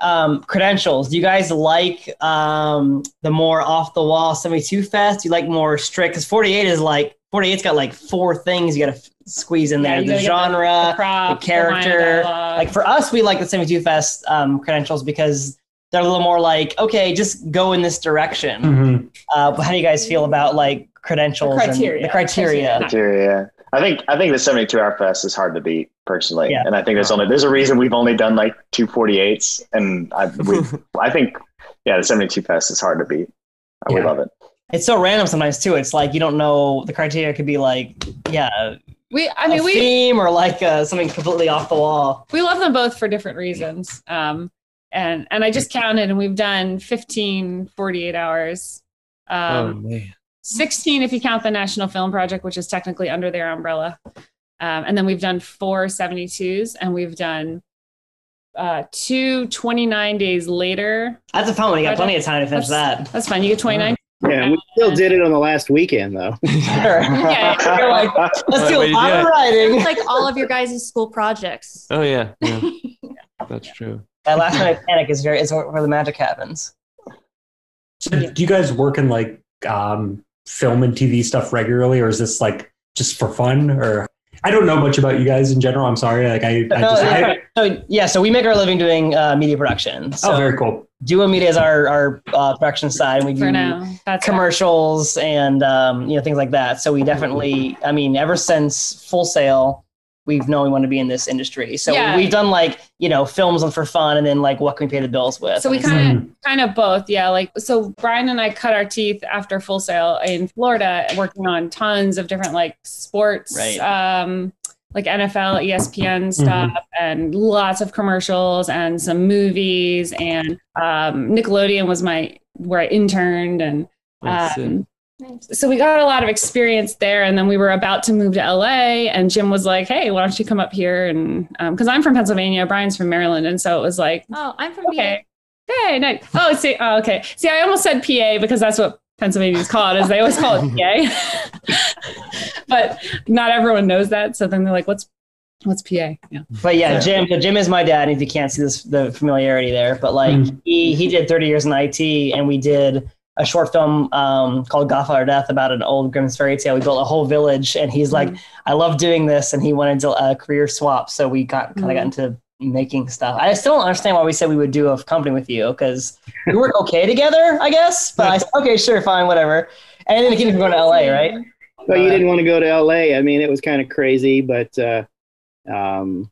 B: Um, credentials. Do you guys like um, the more off the wall 72 fest? Do you like more strict? Because 48 is like 48's got like four things you got to squeeze in
D: Yeah,
B: there:
D: you
B: the
D: gotta get
B: genre,
D: the props, the line of
B: character,
D: dialogue.
B: like for us, we like the 72 Fest um, credentials because they're a little more like, okay, just go in this
I: Mm-hmm.
B: direction.
H: Mhm.
B: Uh, but how do you guys feel about like credentials
D: The
B: and
D: criteria.
B: the criteria.
I: Criteria. I think I think the 72 hour fest is hard to beat personally,
B: Yeah.
I: and I think there's only there's a reason we've only done like two 48s, and I we I think yeah the 72 fest is hard to beat. I would
B: Yeah.
I: love it.
B: It's so random sometimes too. It's like you don't know the criteria could be like, yeah,
D: We, I
B: a
D: mean, we
B: theme or like uh, something completely off the wall.
D: we love them both for different reasons. Um, and and I just counted, and we've done 15 48 hours.
C: oh
D: Um,
C: man.
D: 16 if you count the National Film Project, which is technically under their umbrella. Um, and then we've done four 72s, and we've done uh, two 29 days later.
B: That's a fun one. You got plenty of time to finish that. Mm.
D: That's fine. You get 29.
E: Yeah, we still did it on the last weekend though.
B: Sure.
D: Yeah,
B: You're like, let's do
C: Way
B: a
C: to
B: lot
C: do
B: of
C: it.
G: It's
B: writing.
G: like all of your guys' school projects.
C: Oh yeah. yeah. That's true.
B: That last night of panic is very is where the magic happens.
H: So do you guys work in like um, film and TV stuff regularly, or is this like just for fun? Or I don't know much about you guys in general. I'm sorry. Like I, I
B: No,
H: just I,
B: So yeah, so we make our living doing uh, media production. So
H: oh, very cool.
B: Duo Media is our our uh, production side. We do
D: for now. That's
B: commercials and um, you know things like that. So we definitely, I mean, ever since Full Sail, we've known we want to be in this industry. So
D: Yeah.
B: we've done like you know films for fun, and then like what can we pay the bills with?
D: So we
B: And
H: Mm-hmm.
D: kind of kind of both, yeah. Like so, Brian and I cut our teeth after Full Sail in Florida, working on tons of different like sports,
B: Right.
D: um, like NFL, ESPN stuff, and lots of commercials and some movies. And um, Nickelodeon was my where I interned, and
C: That's it.
D: um, so we got a lot of experience there. And then we were about to move to LA, and Jim was like, "Hey, why don't you come up here?" And because I'm from Pennsylvania, Brian's from Maryland, and so it was like
G: Oh, I'm from
D: okay. Hey, nice. Oh, see, oh, okay. See, I almost said PA because that's what Pennsylvania is called. Is they always call it PA, but not everyone knows that. So then they're like, "What's, what's PA?" Yeah.
B: But yeah, Jim. So Jim is my dad. If you can't see this, the familiarity there. But like
H: Mm.
B: he he did 30 years in IT, and we did a short film um, called Godfather Death about an old Grimm's fairy tale. We built a whole village, and he's like, I love doing this, and he wanted to a career swap. So we got kind of got into making stuff. I still don't understand why we said we would do a company with you because we work okay together, I guess. But I said, okay, sure, fine, whatever. And then it kept going to LA, right?
E: But
C: Uh,
E: you didn't want to go to LA. I mean, it was kind of crazy, but uh, um,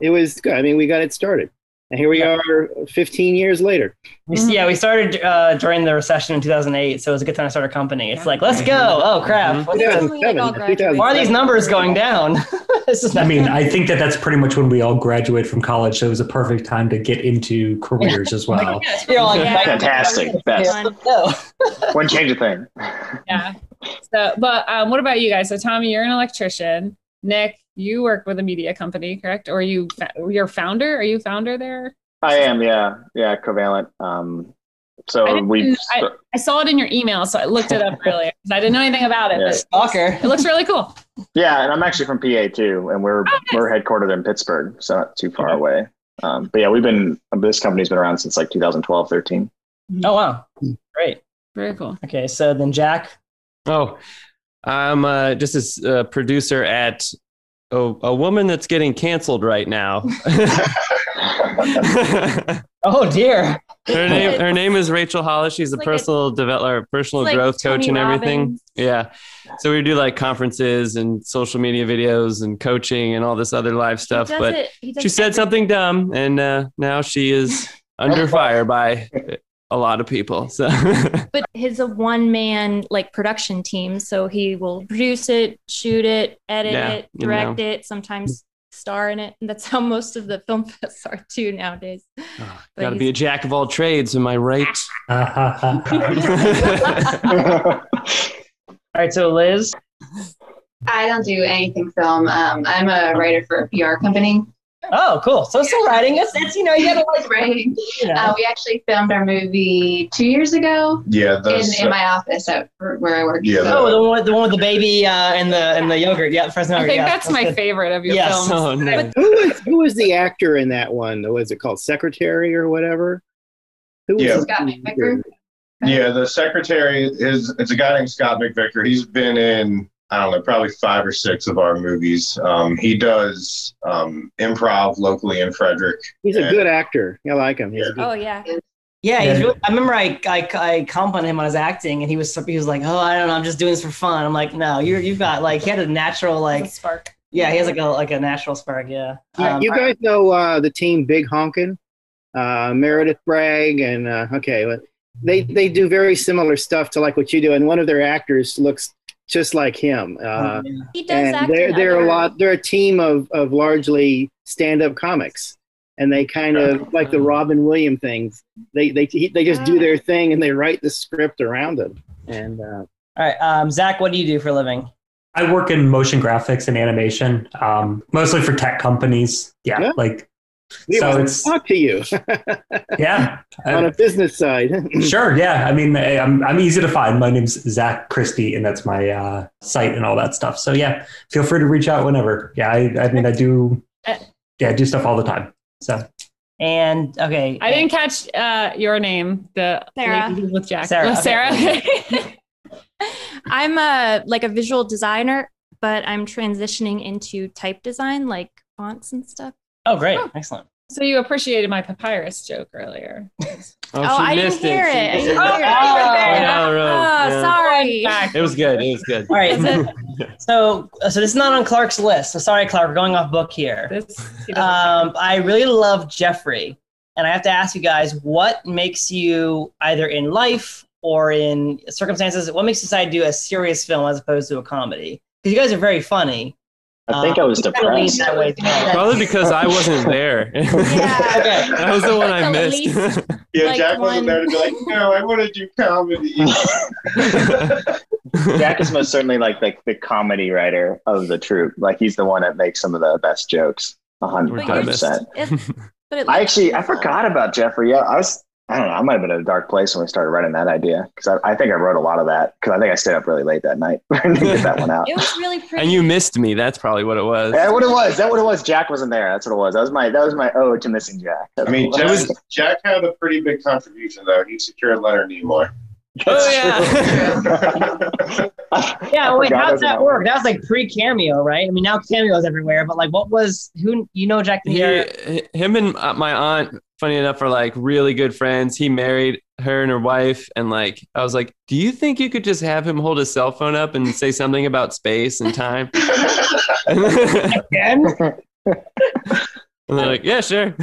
E: it was good. I mean, we got it started. And here we are 15 years later.
B: We, s Yeah, we started uh, during the recession in 2008, so it was a good time to start a company. It's like, let's go. Oh crap! What's
G: Yeah.
B: this? Why are these numbers going down? this is not-
H: I mean, I think that that's pretty much when we all graduate from college. So it was a perfect time to get into careers as well.
B: You're like,
G: Yeah.
I: Fantastic. Best.
B: yeah, no.
I: Wouldn't change a thing.
D: Yeah. So, but um, what about you guys? So, Tommy, you're an electrician. Nick, you work with a media company, correct? Or you, you're founder? Are you founder there?
I: I am. Yeah. Yeah. Covalent. Um,
D: I
I: so
D: didn't-
I: we.
D: I- I saw it in your email, so I looked it up earlier because I didn't know anything about it. but
B: Stalker.
D: It looks really cool.
I: Yeah, and I'm actually from PA too, and we're
D: Oh, nice.
I: we're headquartered in Pittsburgh, so not too far away. Um, but yeah, we've been this company's been around since like 2012, 13.
B: Oh wow, great.
D: Very cool.
B: Okay, so then Jack,
C: Oh, I'm uh, just a s- uh, producer at a, a woman that's getting canceled right now. her
B: oh dear,
C: name her name is Rachel Hollis. She's a
G: Like a-
C: personal developer, personal
G: like
C: growth coach, and
G: Tony
C: everything.
G: Robbins.
C: Yeah. So we do like conferences and social media videos and coaching and all this other live stuff.
G: does
C: But
G: it- he does
C: she said
G: everything.
C: something dumb, and uh, now she is under fire by a lot of people. So
G: But his a one man like production team, so he will produce it, shoot it, edit
C: Yeah,
G: it,
C: you
G: direct it, sometimes star in it. And that's how most of the film fests are too nowadays. But
C: got to
G: he's-
C: be a jack of all trades, am I right?
G: Oh,
B: All right, so Liz,
J: I don't do anything film. Um, I'm a writer for a PR company.
B: oh, cool. So still writing. That's, that's you know, you gotta like
J: Right.
B: You know.
J: Uh, we actually filmed our movie two years ago
F: Yeah,
J: in,
F: that's
J: in my office at where I work.
F: Yeah,
J: So-
B: oh, the one, with- the one with the baby uh, and the and the yogurt. Yeah, Fresno.
D: I
B: yogurt.
D: think
B: Oh, Yeah,
D: that's my
B: good.
D: favorite of your
B: Yes.
D: films.
C: oh, no.
E: Who was who was the actor in that one? Was it called Secretary or whatever? Who was
F: Yeah.
E: the
J: Scott
E: lead
J: McVicker?
F: yeah. The secretary is it's a guy named Scott McVicker. He's been in I don't know probably five or six of our movies. Um, he does um, improv locally in Frederick.
E: He's a good actor. I like him. He's a good-
G: Oh yeah.
B: Yeah,
H: Yeah.
B: he's really, I remember I, I I complimented him on his acting, and he was he was like, "Oh, I don't know, I'm just doing this for fun." I'm like, "No, you you've got like he had a natural
D: Like
B: like
D: spark.
B: yeah, he has like a like a natural spark." Yeah,
E: Yeah,
B: Um,
E: you guys know uh, the team Big Honkin, uh, Meredith Bragg, and uh, okay, but they they do very similar stuff to like what you do, and one of their actors looks just like him. Uh,
B: Oh, yeah.
G: He does
E: and
G: act
E: they're
G: in
E: they're a
G: other-
E: lot. They're a team of of largely stand up comics, and they kind
B: Oh,
E: of like the Robin Williams things. They they he- they just
G: Ah.
E: do their thing and they write the script around them. And uh,
B: All right, um, Zach, what do you do for a living?
H: I work in motion graphics and animation, um, mostly for tech companies. Yeah,
E: Yeah.
H: like
E: we
H: So
E: want to
H: it's-
E: talk to you
H: yeah,
E: on a
H: Uh,
E: business side.
H: sure, yeah. I mean, I- I'm I'm easy to find. My name's Zach Christie, and that's my uh, site and all that stuff. So yeah, feel free to reach out whenever. Yeah, I, I mean, I do. Yeah, I do stuff all the time. So
B: And okay,
D: I didn't catch uh, your name. The
G: Sarah.
D: lady with Jack.
B: Sarah,
D: Oh,
B: okay.
D: Sarah.
G: I'm a like a visual designer, but I'm transitioning into type design, like fonts and stuff.
B: Oh, great, excellent.
D: so you appreciated my papyrus joke earlier.
G: Oh,
C: she
G: I didn't
C: missed
G: hear
C: She
G: it. I
C: missed
G: didn't
B: it.
G: hear it. I
B: Oh,
G: wasn't there.
C: no, no,
G: Oh,
C: yeah.
G: sorry.
C: It was good. It was good.
B: All right, so so, so this is not on Clark's list. So sorry, Clark, we're going off book here.
D: This, he doesn't-
B: Um, I really love Jeffrey, and I have to ask you guys, what makes you either in life or in circumstances? What makes you decide to do a serious film as opposed to a comedy? Because you guys are very funny.
I: I think I was
B: I don't lean
I: depressed.
B: that way.
C: Probably because I wasn't there.
G: Yeah.
B: Okay.
C: that was the one I
G: That's the
C: missed.
F: Yeah,
G: Like
F: Jack wasn't
G: one-
F: there to be like, no, I want to do comedy.
I: Jack is most certainly like the, the comedy writer of the troupe. Like he's the one that makes some of the best jokes. A
C: We're
I: hundred
G: But you're
C: done.
I: percent.
G: it's- but it
I: I
G: looks
I: actually I
G: beautiful.
I: forgot about Jeffrey. Yeah, I was I don't know. I might have been in a dark place when we started writing that idea because I, I think I wrote a lot of that because I think I stayed up really late that night to get that one out.
G: It was really pretty.
C: and you missed me. That's probably what it was.
I: Yeah, what it was? That what it was? Jack wasn't there. That's what it was. That was my that was my ode to missing Jack.
F: I mean,
I: That's
F: Jack,
I: what it
F: Jack had a pretty big contribution, though. He secured Leonard Nimoy.
C: Oh yeah.
G: Oh,
I: I
B: Yeah, wait,
I: forgot
B: how
I: about
B: did that work? That was like pre cameo, right? I mean, now cameos everywhere, but like, what was who you know Jack
C: he,
B: Napier?
C: h- him and uh, my aunt funny enough are like really good friends he married her and her wife and like i was like do you think you could just have him hold his cell phone up and say something about space and time and they're
B: Again?
C: like yeah sure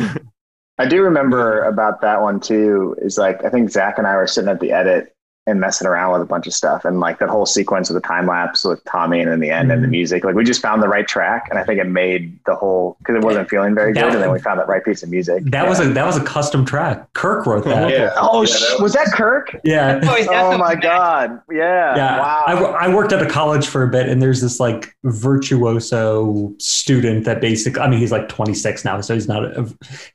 I: I do remember about that one too. Is like I think Zach and I were sitting at the edit and messing around with a bunch of stuff, and like that whole sequence of the time lapse with Tommy and in the end and the music. Like we just found the right track, and I think it made the whole because it wasn't feeling very
H: That
I: good, and then
H: was-
I: we found that right piece of music.
H: that
I: Yeah.
H: was a that was a custom track. Kirk wrote that.
F: Yeah.
I: oh
F: Yeah,
I: sh-
F: that
I: was, that Kirk?
H: yeah.
I: Oh my god! Yeah.
H: yeah
I: Wow.
H: I, w- I worked at a college for a bit and there's this like virtuoso student that basically i mean he's like 26 now so he's not a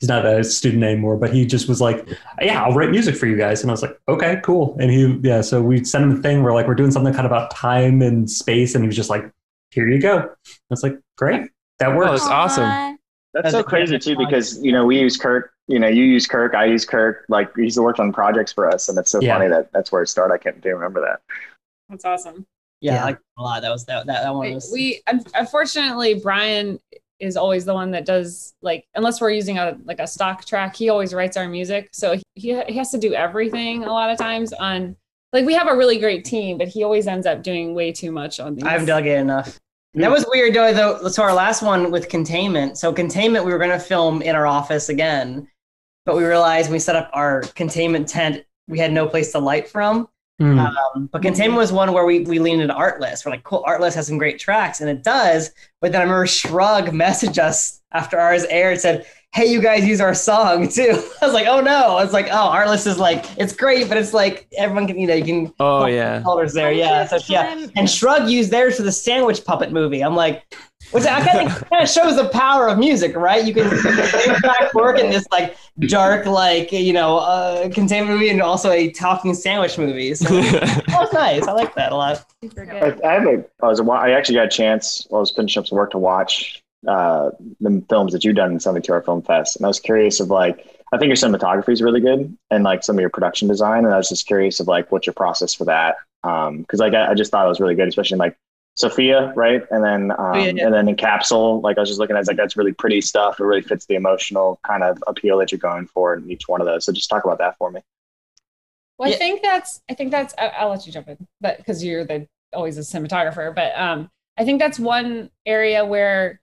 H: he's not a student anymore but he just was like yeah i'll write music for you guys and i was like okay cool and he yeah so we sent him a thing where like we're doing something kind of about time and space and he was just like here you go i was like great that
C: Oh,
H: works
C: it's awesome.
G: Aw.
I: That's so
B: That's a-
I: crazy too, because you know we use Kirk. You know, you use Kirk. I use Kirk. Like he's worked on projects for us, and it's so
H: Yeah.
I: funny that that's where it started. I can't do remember that.
D: That's awesome.
B: Yeah,
H: Yeah.
B: I like a lot. That was that that, that one was
D: we un- unfortunately Brian is always the one that does like unless we're using a like a stock track he always writes our music so he, he has to do everything a lot of times on like we have a really great team but he always ends up doing way too much on these
B: I haven't dug it enough. That was weird though, though. So our last one with containment. So containment, we were going to film in our office again, but we realized when we set up our containment tent we had no place to light from.
H: Hmm.
B: Um, but Containment was one where we, we leaned into Artlist. We're like, cool, Artlist has some great tracks, and it does. But then I remember Shrug messaged us after ours aired and said, hey, you guys use our song too. I was like, oh no. I was like, oh, Artlist is like, it's great, but it's like everyone can, you know, you can
C: Oh yeah.
B: colors there. Yeah. So, yeah. And Shrug used theirs for the Sandwich Puppet movie. I'm like, which I kind of kind of shows the power of music, right? You can back work in this like dark, like you know, uh, containment movie, and also a talking sandwich movie. So that was nice. I like that a lot.
G: Super
I: I,
G: good.
I: I have a. I was. I actually got a chance while I was finishing up some work to watch uh, the films that you've done in 72 Hour Film Fest, and I was curious of like. I think your cinematography is really good, and like some of your production design. And I was just curious of like what's your process for that? Because like I, I just thought it was really good, especially in, like Sophia, right? And then um,
B: Oh, yeah, yeah.
I: and then in Capsule, like I was just looking at it, it's like that's really pretty stuff. It really fits the emotional kind of appeal that you're going for in each one of those. So just talk about that for me.
D: Well,
B: Yeah.
D: I think that's. I think that's. I- I'll let you jump in, but because you're the always a cinematographer, but um, I think that's one area where,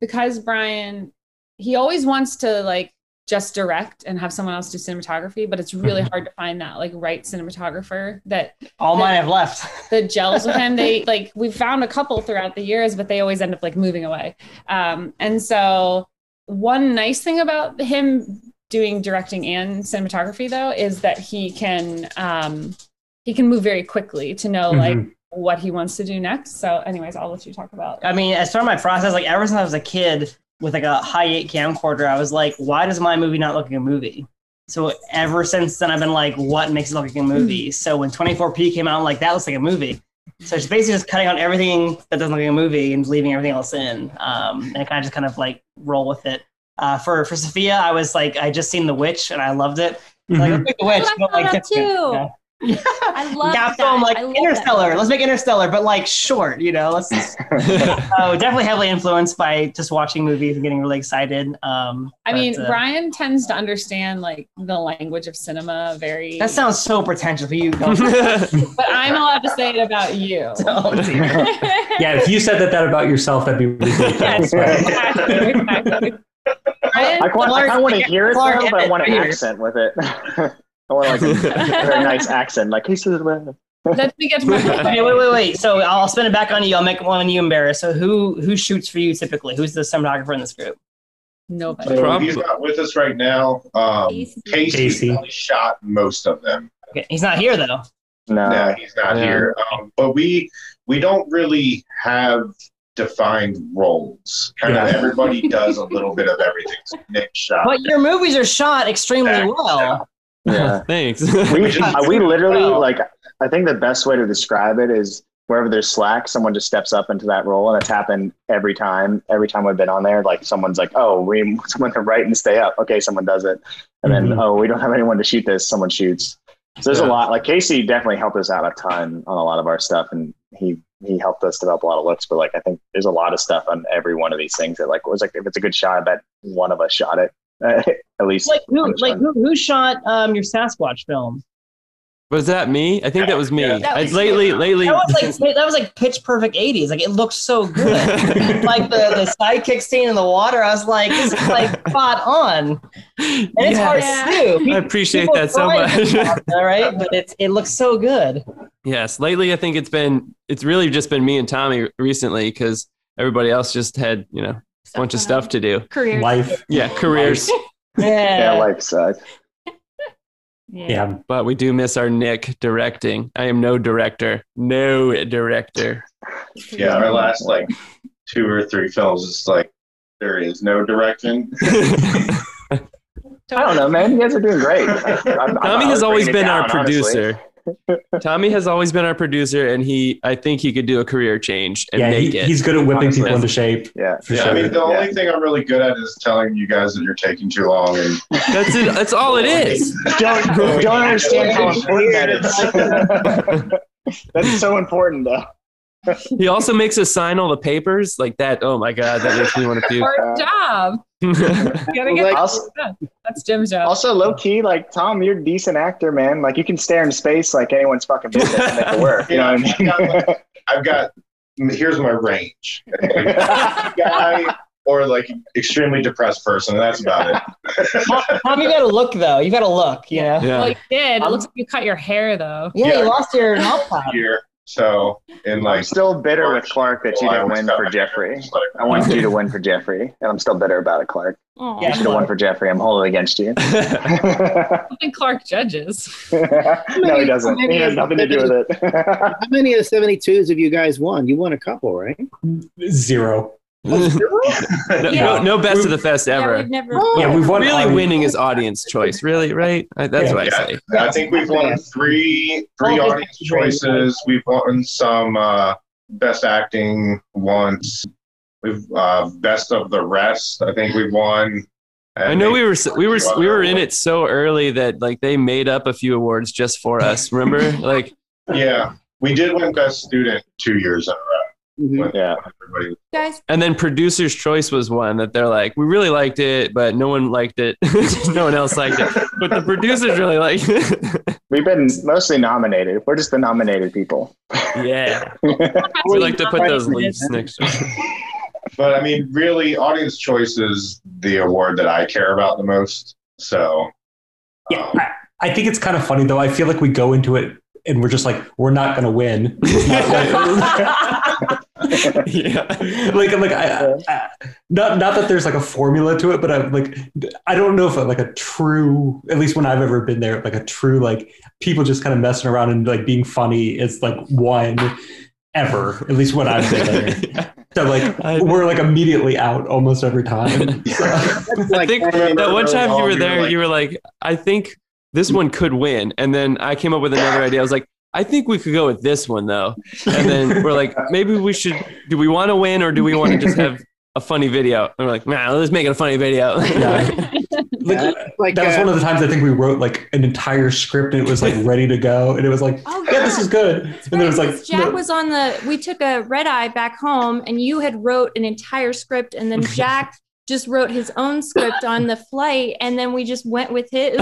D: because Brian, he always wants to like just direct and have someone else do cinematography, but it's really hard to find that like right cinematographer that
B: All mine have left.
D: the gels with him they like we've found a couple throughout the years but they always end up like moving away um, and so one nice thing about him doing directing and cinematography though is that he can um, he can move very quickly to know like what he wants to do next so anyways i'll let you talk about
B: I mean, as far as my process, like ever since I was a kid with like a high eight camcorder, I was like, why does my movie not look like a movie? So ever since then, I've been like, what makes it look like a movie? So when 24p came out, I'm like, that looks like a movie. So it's basically just cutting out everything that doesn't look like a movie and leaving everything else in, um, and kind of just kind of like roll with it. Uh, for for Sophia, I was like, I just seen The Witch and I loved it.
D: Mm-hmm.
B: Like, let's make The Witch,
G: That's
B: but,
G: what I
B: like
G: thought
B: different, you know?
G: I love
B: yeah,
G: that.
B: film like
G: I love
B: Interstellar.
G: That.
B: Let's make Interstellar, but like short. You know, let's oh, definitely heavily influenced by just watching movies and getting really excited. Um,
D: i
B: but,
D: mean
B: uh,
D: brian tends to understand like the language of cinema very
B: that sounds so pretentious. But you don't
D: but i'm allowed to say it about you
B: know. dude.
H: Yeah, if you said that, that about yourself, that'd be ridiculous.
D: Yes,
H: but-
D: exactly, exactly. Brian,
I: I, want, I kind of want to hear it,
B: Clark,
I: though, but I
B: edit
I: want an
B: here.
I: accent with it. I want like a very nice accent, like he said. well."
D: let me get my
B: okay, wait, wait, wait. So I'll spin it back on you. I'll make one you embarrassed. So who who shoots for you typically? Who's the cinematographer in this group?
D: nobody
F: So
C: Probably.
F: he's not with us right now. Um,
G: Casey.
F: Casey,
H: Casey.
F: only shot most of them.
B: Okay, he's not here though.
I: No,
F: no, he's not
C: Yeah.
F: here. Um, but we we don't really have defined roles. Kind
H: Yeah.
F: of everybody does a little bit of everything. So Nick shot.
B: But your movies are shot extremely
F: Yeah,
B: well.
I: yeah.
C: Thanks.
I: We,
F: just-
I: uh, we literally
B: Well-
I: like. I think the best way to describe it is wherever there's slack, someone just steps up into that role, and it's happened every time. Every time we've been on there, like someone's like, "Oh, we need someone to write and stay up." Okay, someone does it, and then oh, we don't have anyone to shoot this. Someone shoots. So there's
C: Mm-hmm. Yeah.
I: a lot. Like Casey definitely helped us out a ton on a lot of our stuff, and he he helped us develop a lot of looks. But like, I think there's a lot of stuff on every one of these things that like was like if it's a good shot, I bet one of us shot it. At least
B: Like who? Like who? Who shot um, your Sasquatch film?
C: was that me? I think that was me.
F: Yeah.
G: That
C: I-
G: was
C: lately,
G: you.
C: lately.
B: That was like that was like pitch perfect '80s. Like it looked so good. like the the sidekick scene in the water. I was like, this is like spot on. And it's
C: Yes.
B: hard to do.
C: I appreciate
B: People
C: that so
B: cry at
C: much.
B: the top, All right, but it's it looks so good.
C: Yes, lately I think it's been it's really just been me and Tommy recently because everybody else just had you know a bunch of stuff to do.
G: Career.
H: Life.
C: Yeah, careers,
I: yeah,
B: Yeah.
I: life sucks.
H: Yeah.
C: but we do miss our Nick directing. I am no director, no director.
F: yeah, our last like two or three films is like there is no direction.
I: I don't know, man. You guys are doing great. I'm- I'm-
C: Tommy
I: I was
C: has always
I: bringing it
C: been our
I: down, honestly.
C: producer. Tommy has always been our producer, and he I think he could do a career change and
H: Yeah,
C: make
H: he,
C: it.
H: he's good at whipping
C: honestly.
H: people into shape.
I: Yeah.
H: For
F: I
H: sure.
F: mean, the
I: Yeah.
F: only thing I'm really good at is telling you guys that you're taking too long. And
C: That's it. That's all it is.
I: Don't, don't understand how important that is. That's so important, though.
C: He also makes us sign all the papers like that. Oh my god, that makes me want to puke.
D: Hard job.
I: Um,
D: You gotta get
I: Like, also,
D: that's Jim's job.
I: also, low key, like Tom, you're a decent actor, man. Like you can stare into space like anyone's fucking business and make it work. You know what I mean?
F: I've got here's my range. guy or like extremely depressed person. and That's about it.
B: Tom, you gotta look though. You gotta look. You know.
D: Well, you did. It looks like you cut your hair though.
B: Yeah,
F: Yeah.
B: you lost your knob pop.
F: Here, so in
I: I'm
F: like
I: still bitter with Clark that you
F: Well, I
I: didn't
F: was
I: win
F: not-
I: for Jeffrey. I wanted you to win for Jeffrey, and I'm still bitter about it, Clark.
G: Aw.
I: You should have won for Jeffrey. I'm holding against you.
D: I don't think Clark judges.
I: no, he doesn't. He has nothing to do with it.
E: How many of the seventy twos have you guys won? You won a couple, right?
H: Zero.
C: No,
G: Yeah.
C: no, no best of the fest
G: Yeah,
C: ever.
G: we've never.
H: Yeah, we've won.
C: really
H: on-
C: winning is audience choice. Really, right? I, that's
H: Yeah.
C: what I say.
F: I think we've won three three
B: Oh,
F: audience choices. We've won some uh, best acting once. We've uh, best of the rest. I think we've won.
C: I know we were s- we were s- we were in it so early that like they made up a few awards just for us. Remember, like
F: Yeah, we did win best student two years in a row.
E: Mhm.
I: yeah.
F: Everybody,
G: Guys,
C: and then producer's choice was one that they're like we really liked it, but no one liked it. no one else liked it, but the producers really liked it.
I: We've been mostly nominated. We're just the nominated people.
C: yeah, we like to put those leaves next. to it.
F: but I mean, really, audience choice is the award that I care about the most. So,
H: Yeah, I, I think it's kind of funny though. I feel like we go into it and we're just like, we're not going to win.
C: yeah.
H: like I'm like I, I, not not that there's like a formula to it, but I'm like I don't know if like a true at least when I've ever been there like a true like people just kind of messing around and like being funny is like one ever at least when I've been there. So like
C: I know.
H: we're like immediately out almost every time.
C: I think
F: remember
C: that one
F: early
C: time
F: on,
C: you
F: we
C: were
F: were
C: there,
F: like-
C: you were like, I think this one could win. And then I came up with another idea. I was like, I think we could go with this one though. And then we're like, maybe we should do we want to win or do we want to just have a funny video? And we're like, nah, let's make it a funny video.
H: Yeah. Like,
E: Like
H: that was
E: uh,
H: one of the times I think we wrote like an entire script and it was like ready to go and it was like
G: oh
H: yeah this is good
G: That's
H: and
G: right,
H: there was like
G: because Jack
H: no-
G: was on the. We took a red eye back home, and you had wrote an entire script, and then Jack just wrote his own script on the flight, and then we just went with his.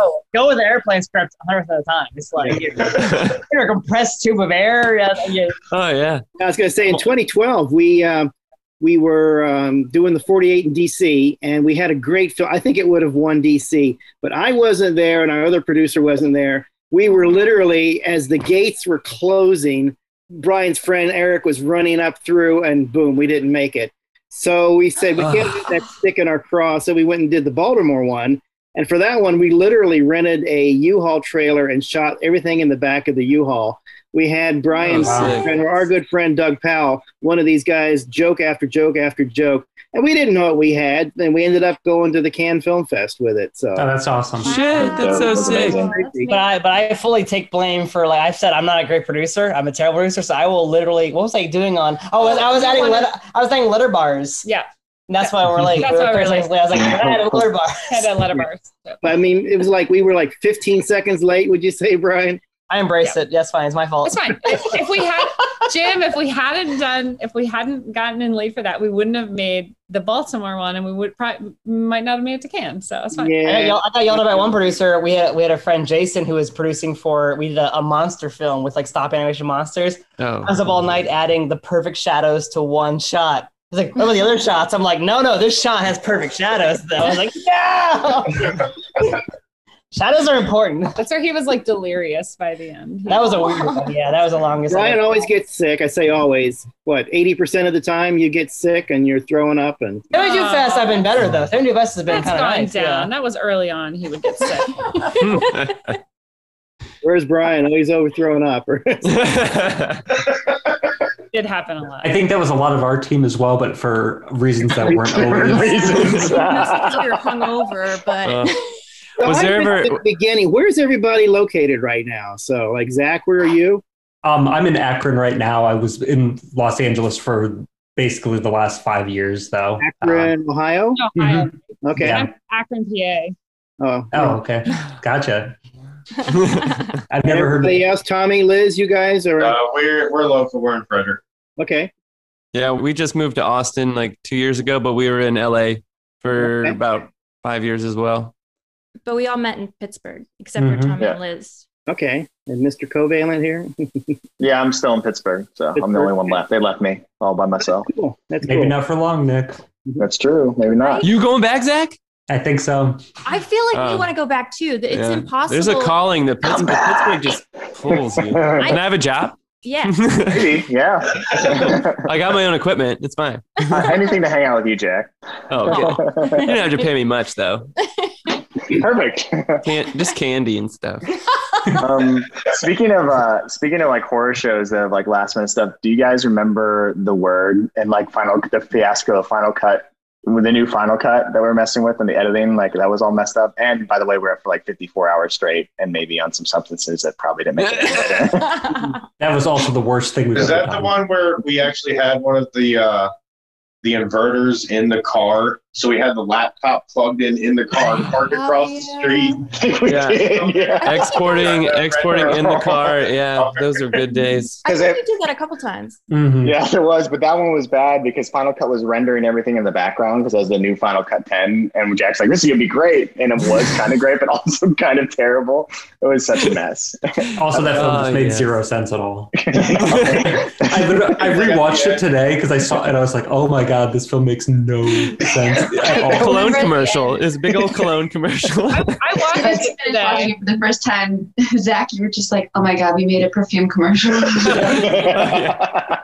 B: Oh, Go with the airplane script a hundredth of the time. It's like you're, you're a compressed tube of air. Yeah, yeah.
C: oh yeah.
E: I was going to say in 2012 we um, we were um, doing the 48 in DC and we had a great film. I think it would have won DC, but I wasn't there and our other producer wasn't there. We were literally as the gates were closing, Brian's friend Eric was running up through, and boom, we didn't make it. So we said we can't do that stick in our craw. So we went and did the Baltimore one. And for that one, we literally rented a U-Haul trailer and shot everything in the back of the U-Haul. We had Brian's
H: Oh,
C: sick.
E: friend, our good friend Doug Powell, one of these guys, joke after joke after joke, and we didn't know what we had. And we ended up going to the Cannes Film Fest with it. So
H: oh, that's awesome
C: Shit, that's so
I: That's
C: sick.
I: amazing.
B: But I, but I fully take blame for like I've said I'm not a great producer. I'm a terrible producer. So I will literally. What was I doing on? Oh, I was, I was adding letter. I was adding letter bars.
D: Yeah.
B: And that's why we're like.
D: That's
B: we were
D: why we're
B: 30
D: like-
B: seconds late. I was like, I added letter bars.
D: Had a letter bars.
E: But I mean, it was like we were like 15 seconds late. Would you say, Brian?
B: I embrace it. That's fine. It's my fault.
D: It's fine. If, if we had Jim, if we hadn't done, if we hadn't gotten in late for that, we wouldn't have made the Baltimore one, and we would probably might not have made it to Cannes. So that's fine.
B: I got, yelled, I got yelled at by one producer. We had we had a friend Jason who was producing for we did a, a monster film with like stop animation monsters.
C: Oh.
B: I was up all night adding the perfect shadows to one shot. He's like, what about the other shots? I'm like, no, no, this shot has perfect shadows though. I was like, no. shadows are important.
D: That's where he was like delirious by the end.
B: That was a weird one. Yeah, that was the longest.
E: Brian always gets sick. I say always. What 80% of the time you get sick and you're throwing up and.
B: Seventy two fest. I've been better though. Seventy two fest has been
D: Uh, That's
B: kind
D: gone
B: of nice. yeah.
D: down. That was early on. He would get sick.
E: Where's Brian? Oh, he's over throwing up.
D: Did happen a lot.
H: I think that was a lot of our team as well, but for reasons that weren't always.
I: reasons.
G: we were hungover, but
C: Uh,
E: So
C: Was
E: I
C: there
E: missed
C: ever-
E: the beginning? Where's everybody located right now? So, like Zach, where are you?
H: Um, I'm in Akron right now. I was in Los Angeles for basically the last five years, though.
E: Akron, Ohio.
D: Ohio.
H: Um,
E: Okay.
H: yeah.
D: Akron, PA.
E: Oh,
H: Oh, okay. Gotcha. I've never heard.
E: Everybody else, Tommy, Liz, you guys are
F: uh, we're we're local. We're in Frederick.
E: okay.
C: yeah, we just moved to Austin like two years ago, but we were in LA for
E: Okay.
C: about five years as well.
G: but we all met in Pittsburgh except
C: Mm-hmm.
H: Mhm.
G: for Tom
I: Yeah.
G: and Liz.
E: Okay. And Mr. Covalent here.
I: Yeah, I'm still in Pittsburgh, so I'm the only one left. They left me all by myself.
E: Cool. That's
H: Maybe
E: cool.
H: not for long, Nick.
I: That's true. Maybe not.
C: You going back, Zach?
H: I think so.
G: I feel like we
C: Um,
G: want to go back too. That It's
C: Yeah.
G: impossible.
C: There's a calling that Pittsburgh, Pittsburgh just pulls you. Can I have a job?
G: Yeah.
I: Maybe. Yeah.
C: I got my own equipment. It's fine.
I: Anything to hang out with you, Jack.
C: Oh, okay. you don't have to pay me much though.
I: Perfect.
C: Can- just candy and stuff.
I: um, speaking of uh, speaking of like horror shows that have like last minute stuff, do you guys remember the word and like final the fiasco of Final Cut with the new Final Cut that we are messing with and the editing like that was all messed up. And by the way, we're up for like 54 hours straight and maybe on some substances that probably didn't make it.
H: That was also the worst thing we've
F: Is
H: ever
F: that the
H: done.
F: one where we actually had one of the uh, the inverters in the car? So we had the laptop plugged in in the car, parked
G: Oh,
F: across the
G: yeah.
F: street.
C: Yeah.
I: yeah.
C: Exporting, exporting in the car. Yeah, those are good days.
G: I
I: 'Cause
G: think
I: I-
G: we did that a couple times.
C: Mm-hmm.
H: Mhm.
I: Yeah, there was, but that one was bad because Final Cut was rendering everything in the background because that was the new Final Cut 10. And Jack's like, this is going to be great. And it was kind of great, but also kind of terrible. It was such a mess.
H: Also, that film
C: Oh,
H: just made
C: yes.
H: zero sense at all. I,
I: I
H: literally- I rewatched it today because I saw it and I was like, oh my god, this film makes no sense at all.
C: Cologne commercial. It's a big old cologne commercial.
D: I watched
J: As
D: it
J: I finished watching
D: today.
J: it for the first time, Zach, you were just like, "Oh my god, we made a perfume commercial."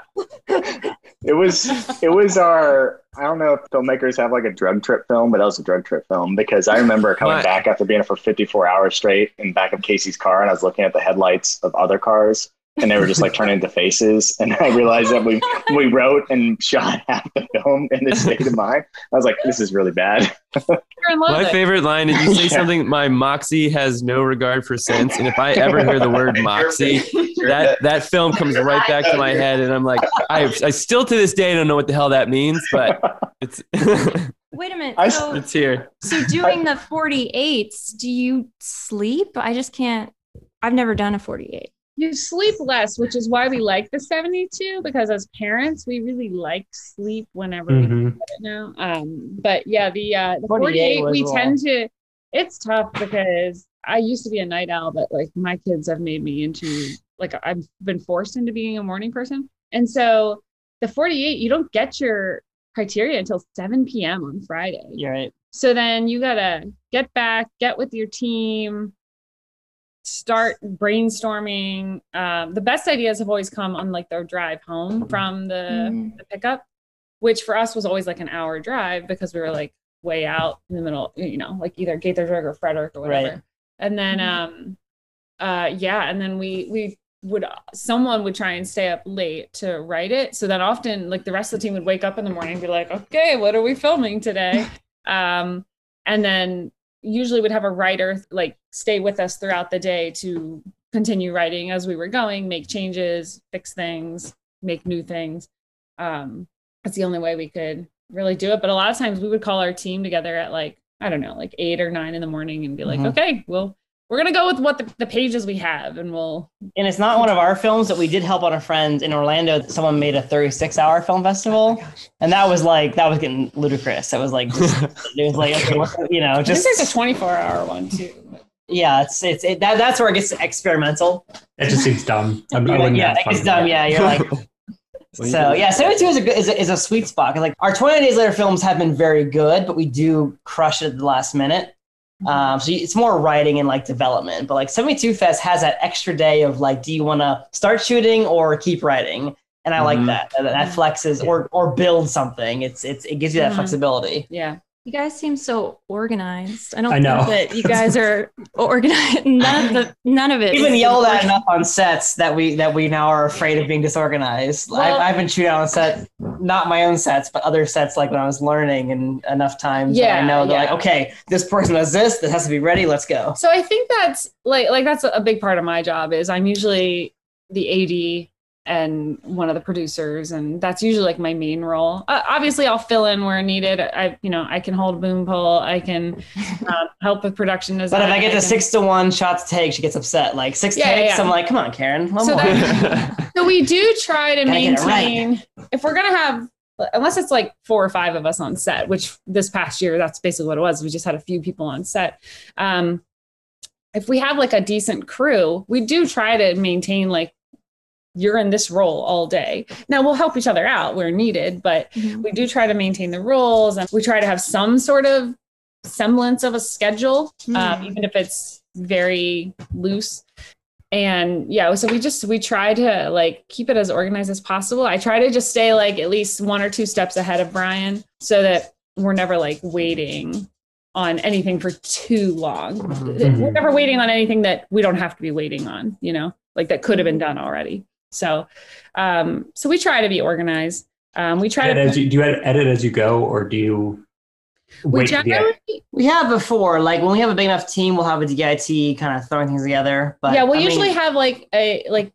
I: it was it was our I don't know if filmmakers have like a drug trip film, but that was a drug trip film because I remember coming
C: Right.
I: back after being up for 54 hours straight in back of Casey's car, and I was looking at the headlights of other cars, and they were just like turning into faces, and I realized that we we wrote and shot half the film in this state of mind. I was like, this is really bad.
D: You're in love
C: My
D: with it.
C: favorite line. Did you say
I: Yeah.
C: something? My moxie has no regard for sense, and if I ever hear the word moxie, that that film comes right back to my head, and I'm like, I I still to this day don't know what the hell that means, but it's
G: Wait a minute.
I: I-
G: so,
C: it's here.
G: so doing the 48s, do you sleep? I just can't. I've never done a 48.
D: You sleep less, which is why we like the 72 because as parents, we really like sleep whenever we
H: Mhm.
D: now. Um, but yeah, the uh, the
B: 48
D: 48,
B: was
D: we
B: raw.
D: tend to. It's tough because I used to be a night owl, but like my kids have made me into like I've been forced into being a morning person, and so the 48, you don't get your criteria until 7 p.m. on Friday.
B: You're right.
D: So then you gotta get back, get with your team, start brainstorming. Um, the best ideas have always come on like their drive home from the the pickup, which for us was always like an hour drive because we were like way out in the middle, you know, like either Gaithersburg or Frederick or whatever.
B: Right.
D: And then, um, uh, yeah, and then we we would someone would try and stay up late to write it. So then often, like the rest of the team would wake up in the morning and be like, okay, what are we filming today? um, and then usually would have a writer like stay with us throughout the day to continue writing as we were going, make changes, fix things, make new things. Um, that's the only way we could really do it. But a lot of times we would call our team together at like, I don't know, like eight or nine in the morning and be like,
B: Mhm.
D: okay, well, we're going to go with what the, the pages we have and we'll,
B: And it's not one of our films that we did help on a friend in Orlando. Someone made a 36 hour film festival. And that was like, that was getting ludicrous. It was like, just, it was like, okay, what- you know,
D: just
B: just,
D: there's a 24 hour one too.
B: yeah, it's, it's, it, that, that's where it gets experimental.
H: It just seems dumb. I'm, I wouldn't
B: yeah,
H: have
B: it's
H: fun.
B: dumb. Yeah, you're like, so yeah, 72 is a, good- is a is a sweet spot. 'Cause, like our 20 days later films have been very good, but we do crush it at the last minute. Um, so you- it's more writing and like development, but like 72 Fest has that extra day of like, do you want to start shooting or keep writing? And I like
C: Mhm.
B: that. That, that flexes or or build something. It's it's it gives you that
D: Mhm.
B: flexibility.
D: Yeah.
G: You guys seem so organized. I don't
H: I
G: think
H: know.
G: that you guys are organized. None of the none of it.
B: We've
G: is
B: been yelled at
G: organized.
B: enough on sets that we that we now are afraid of being disorganized.
D: Well-
B: I, I've been chewed out on set, not my own sets, but other sets like when I was learning and enough times that I
D: Yeah,
B: know they're
D: yeah.
B: like, okay, this person does this, this has to be ready, let's go.
D: So I think that's like like that's a big part of my job is I'm usually the AD and one of the producers and that's usually like my main role. Uh, obviously I'll fill in where needed. I you know, I can hold a boom pole, I can um, help with production design.
B: But if I get
D: can-
B: the six to one shot to take, she gets upset. Like six
D: Yeah, yeah,
B: takes,
D: yeah.
B: I'm like, come on, Karen. One
D: So
B: more.
D: that- So we do try to
B: Gotta get it right.
D: maintain if we're gonna have unless it's like four or five of us on set, which this past year that's basically what it was. We just had a few people on set. Um, if we have like a decent crew, we do try to maintain like you're in this role all day. Now we'll help each other out where needed, but we do try to maintain the rules and we try to have some sort of semblance of a schedule, um,
G: Mhm.
D: even if it's very loose. And yeah, so we just we try to like keep it as organized as possible. I try to just stay like at least one or two steps ahead of Brian so that we're never like waiting on anything for too long.
H: Mm-hmm.
D: We're never waiting on anything that we don't have to be waiting on, you know, like that could have been done already. So, um, so we try to be organized. Um, we try
H: Edit
D: to
H: as you, do you ed- edit as you go, or do you
D: we
H: wait? for the
D: generally,
B: We have before, like when we have a big enough team, we'll have a DIT kind of throwing things together. But
D: yeah, we'll
B: I mean,
D: usually have like a like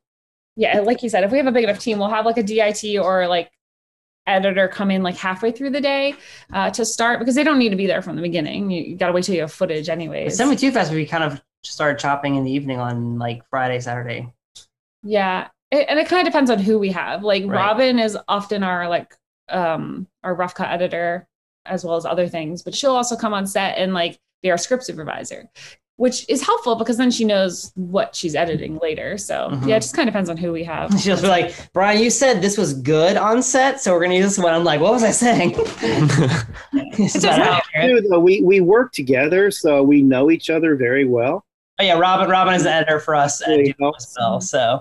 D: yeah, like you said, if we have a big enough team, we'll have like a DIT or like editor come in like halfway through the day uh, to start because they don't need to be there from the beginning. You, you got to wait till you have footage, anyways.
B: 72 Fest, we kind of started chopping in the evening on like Friday, Saturday.
D: Yeah. It, and it kind of depends on who we have. Like
B: Right.
D: Robin is often our like um our rough cut editor as well as other things, but she'll also come on set and like be our script supervisor, which is helpful because then she knows what she's editing later. So
B: Mhm.
D: yeah, it just kind of depends on who we have.
B: She'll be like, Brian, you said this was good on set, so we're going to use this one. I'm like, what was I saying? It's
D: doesn't
B: about
D: matter.
B: accurate.
E: too, though, we, we work together, so we know each other very well.
B: Oh, yeah, Robin Robin is the editor for us
E: There
B: and
E: you go.
B: as well. So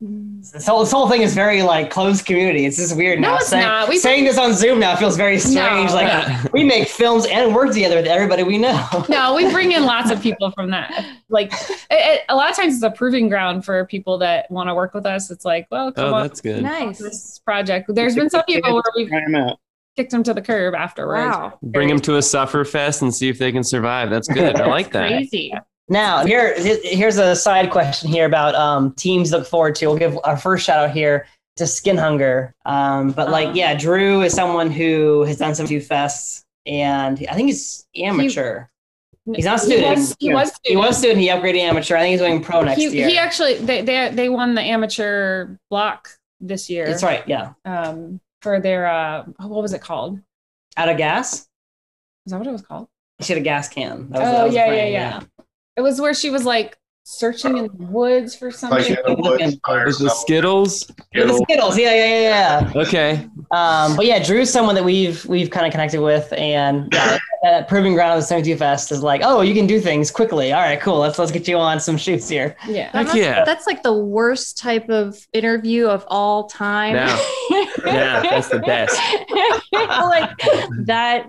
B: this whole, this whole thing is very like closed community. It's just weird
D: No,
B: now.
D: it's
B: saying,
D: not. We-
B: saying this on Zoom now feels very strange.
D: No.
B: Like we make films and work together with everybody we know.
D: no, we bring in lots of people from that. Like it, it, a lot of times it's a proving ground for people that want to work with us. It's like, well, come
C: oh,
D: on
C: that's good.
G: Nice.
D: this project. There's been some people where we've
E: Try 'em out.
D: kicked them to the curb afterwards.
G: Wow.
C: Bring them to a suffer fest and see if they can survive. That's good. I like that.
D: Crazy.
B: Now here here's a side question here about um, teams to look forward to. We'll give our first shout out here to Skin Hunger. Um, but like
D: Um.
B: yeah, Drew is someone who has done some two fests and I think he's amateur. He's not a student.
D: He was, he
E: Yeah.
D: was
B: He, was student, he upgraded amateur. I think he's doing pro next
D: he,
B: year.
D: he actually they, they they won the amateur block this year.
B: That's right, yeah.
D: Um, for their uh, oh, what was it called?
B: Out of gas?
D: Is that what it was called?
B: She had a gas can. That was- that
D: Oh
B: was the
D: yeah, yeah,
B: brand,
D: yeah, It was where she was like searching in the woods for
F: Like in
D: something.
F: the woods, fire
C: Is the
F: someone,
C: Skittles?
B: With the
F: it'll-
B: Skittles, yeah, yeah, yeah, yeah.
C: Okay.
B: Um, but yeah, Drew's someone that we've we've kind of connected with, and yeah, that proving ground of the 72 Fest is like, oh, you can do things quickly. All right, cool. Let's let's get you on some shoots here.
D: Yeah.
G: That
C: Heck yeah.
G: That's like the worst type of interview of all time.
C: No. Yeah, that's the best.
G: like that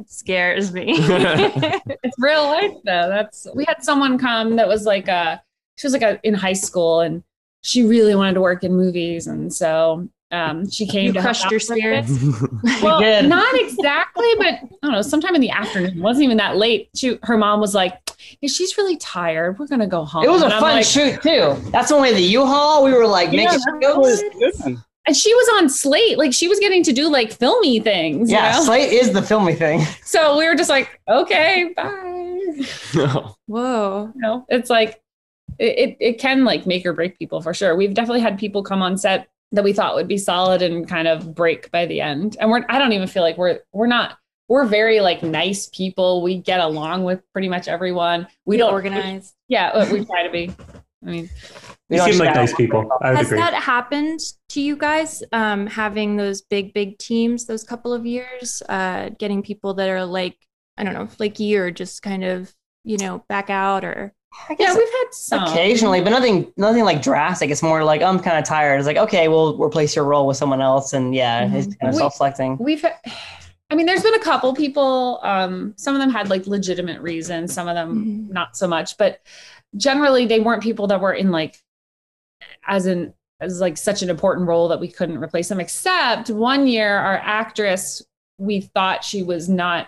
G: scares me.
D: It's real life though. That's we had someone come that was like a she was like a in high school and she really wanted to work in movies and so um she came
G: you
D: to help
G: crushed
D: out
G: your
D: with it.
G: spirits.
D: well,
B: did.
D: not exactly, but I don't know, sometime in the afternoon. It wasn't even that late. She, her mom was like, "Yeah, she's really tired. We're gonna go home.
B: It was a
D: and I'm
B: fun
D: like-
B: shoot too. That's when we had the U-Haul. We were like
D: Yeah,
B: making
E: That was
B: shows.
E: good one.
D: And she was on slate. Like she was getting to do like filmy things.
B: Yeah,
D: Yeah.
B: Slate is the filmy thing.
D: So we were just like, okay, bye.
C: No.
G: Whoa.
D: you know it's like it, it, it can like make or break people for sure we've definitely had people come on set that we thought would be solid and kind of break by the end and we're i don't even feel like we're we're not we're very like nice people we get along with pretty much everyone we don't
G: organize.
D: yeah we we try to be i mean
B: We
H: You
B: don't
H: seem like
B: shout.
H: nice people. I would
G: Has
H: agree.
G: that happened to you guys? Um, having those big, big teams those couple of years, uh, getting people that are like, I don't know, flaky or just kind of, you know, back out or
D: yeah we've had some
B: Occasionally, but nothing nothing like drastic. It's more like I'm kind of tired. It's like okay, we'll replace your role with someone else, and yeah, it's kind of
D: We-
B: self-selecting.
D: we've i mean there's been a couple people um some of them had like legitimate reasons some of them
B: Mm-hmm.
G: Mhm.
D: not so much but generally they weren't people that were in like as an as like such an important role that we couldn't replace them except one year our actress we thought she was not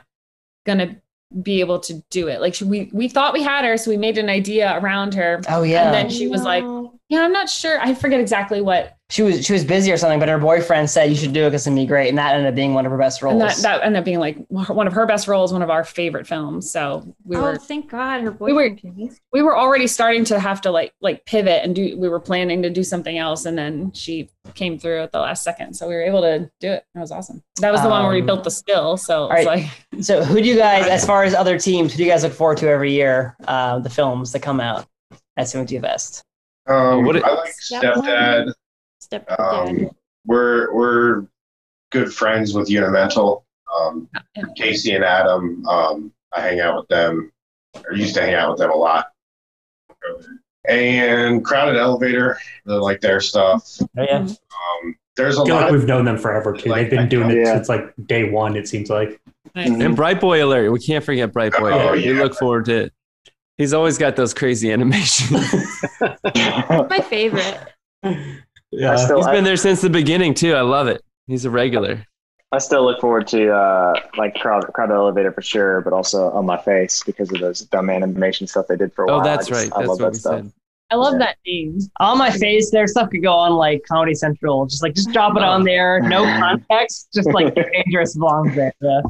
D: gonna be able to do it like she, we we thought we had her so we made an idea around her
B: Oh yeah,
D: and then she was like yeah i'm not sure i forget exactly what
B: she was she was busy or something, but her boyfriend said you should do it because it'd be great, and that ended up being one of her best roles.
D: and that, that ended up being like one of her best roles one of our favorite films so we
G: oh,
D: were
G: thank God, her
D: We were-
G: boyfriend. came.
D: we were already starting to have to like like pivot and do we were planning to do something else and then she came through at the last second so we were able to do it that was awesome that was the one where we
B: Um,
D: built the still so it's
B: right.
D: like
B: so, who do you guys, as far as other teams, who do you guys look forward to every year? Uh, the films that come out at Seventy Fest.
F: Um,
C: What it-
F: I like
G: Stepdad.
F: Stepdad.
G: Step
F: Um, we're we're good friends with Unimental. Um, Casey and Adam. Um, I hang out with them. Or used to hang out with them a lot. And Crowded Elevator, they like their stuff.
B: yeah. Mm-hmm.
F: Um, there's a
H: I feel
F: lot.
H: like
F: of-
H: we've known them forever too.
F: Like, Mm-hmm.
H: They've been doing it
I: yeah.
H: since like day one. It seems like.
C: And Bright Boy Alert. We can't forget Bright Boy
F: Oh,
C: Alert. We
F: yeah.
C: look forward to it. He's always got those crazy animations.
G: my favorite.
H: Yeah.
I: I still,
C: He's
I: I,
C: been there since the beginning too. I love it. He's a regular.
I: I still look forward to uh, like crowd, crowd elevator for sure, but also on my face because of those dumb animation stuff they did for a while.
C: Oh,
I: I
C: that's
I: just-
C: right.
I: I
C: That's
I: love
C: what
I: that
C: we
I: stuff.
C: said.
D: I love
I: Yeah.
D: that name.
B: on my face their stuff could go on like comedy central just like just drop it on there no context just like dangerous vlogs there yeah.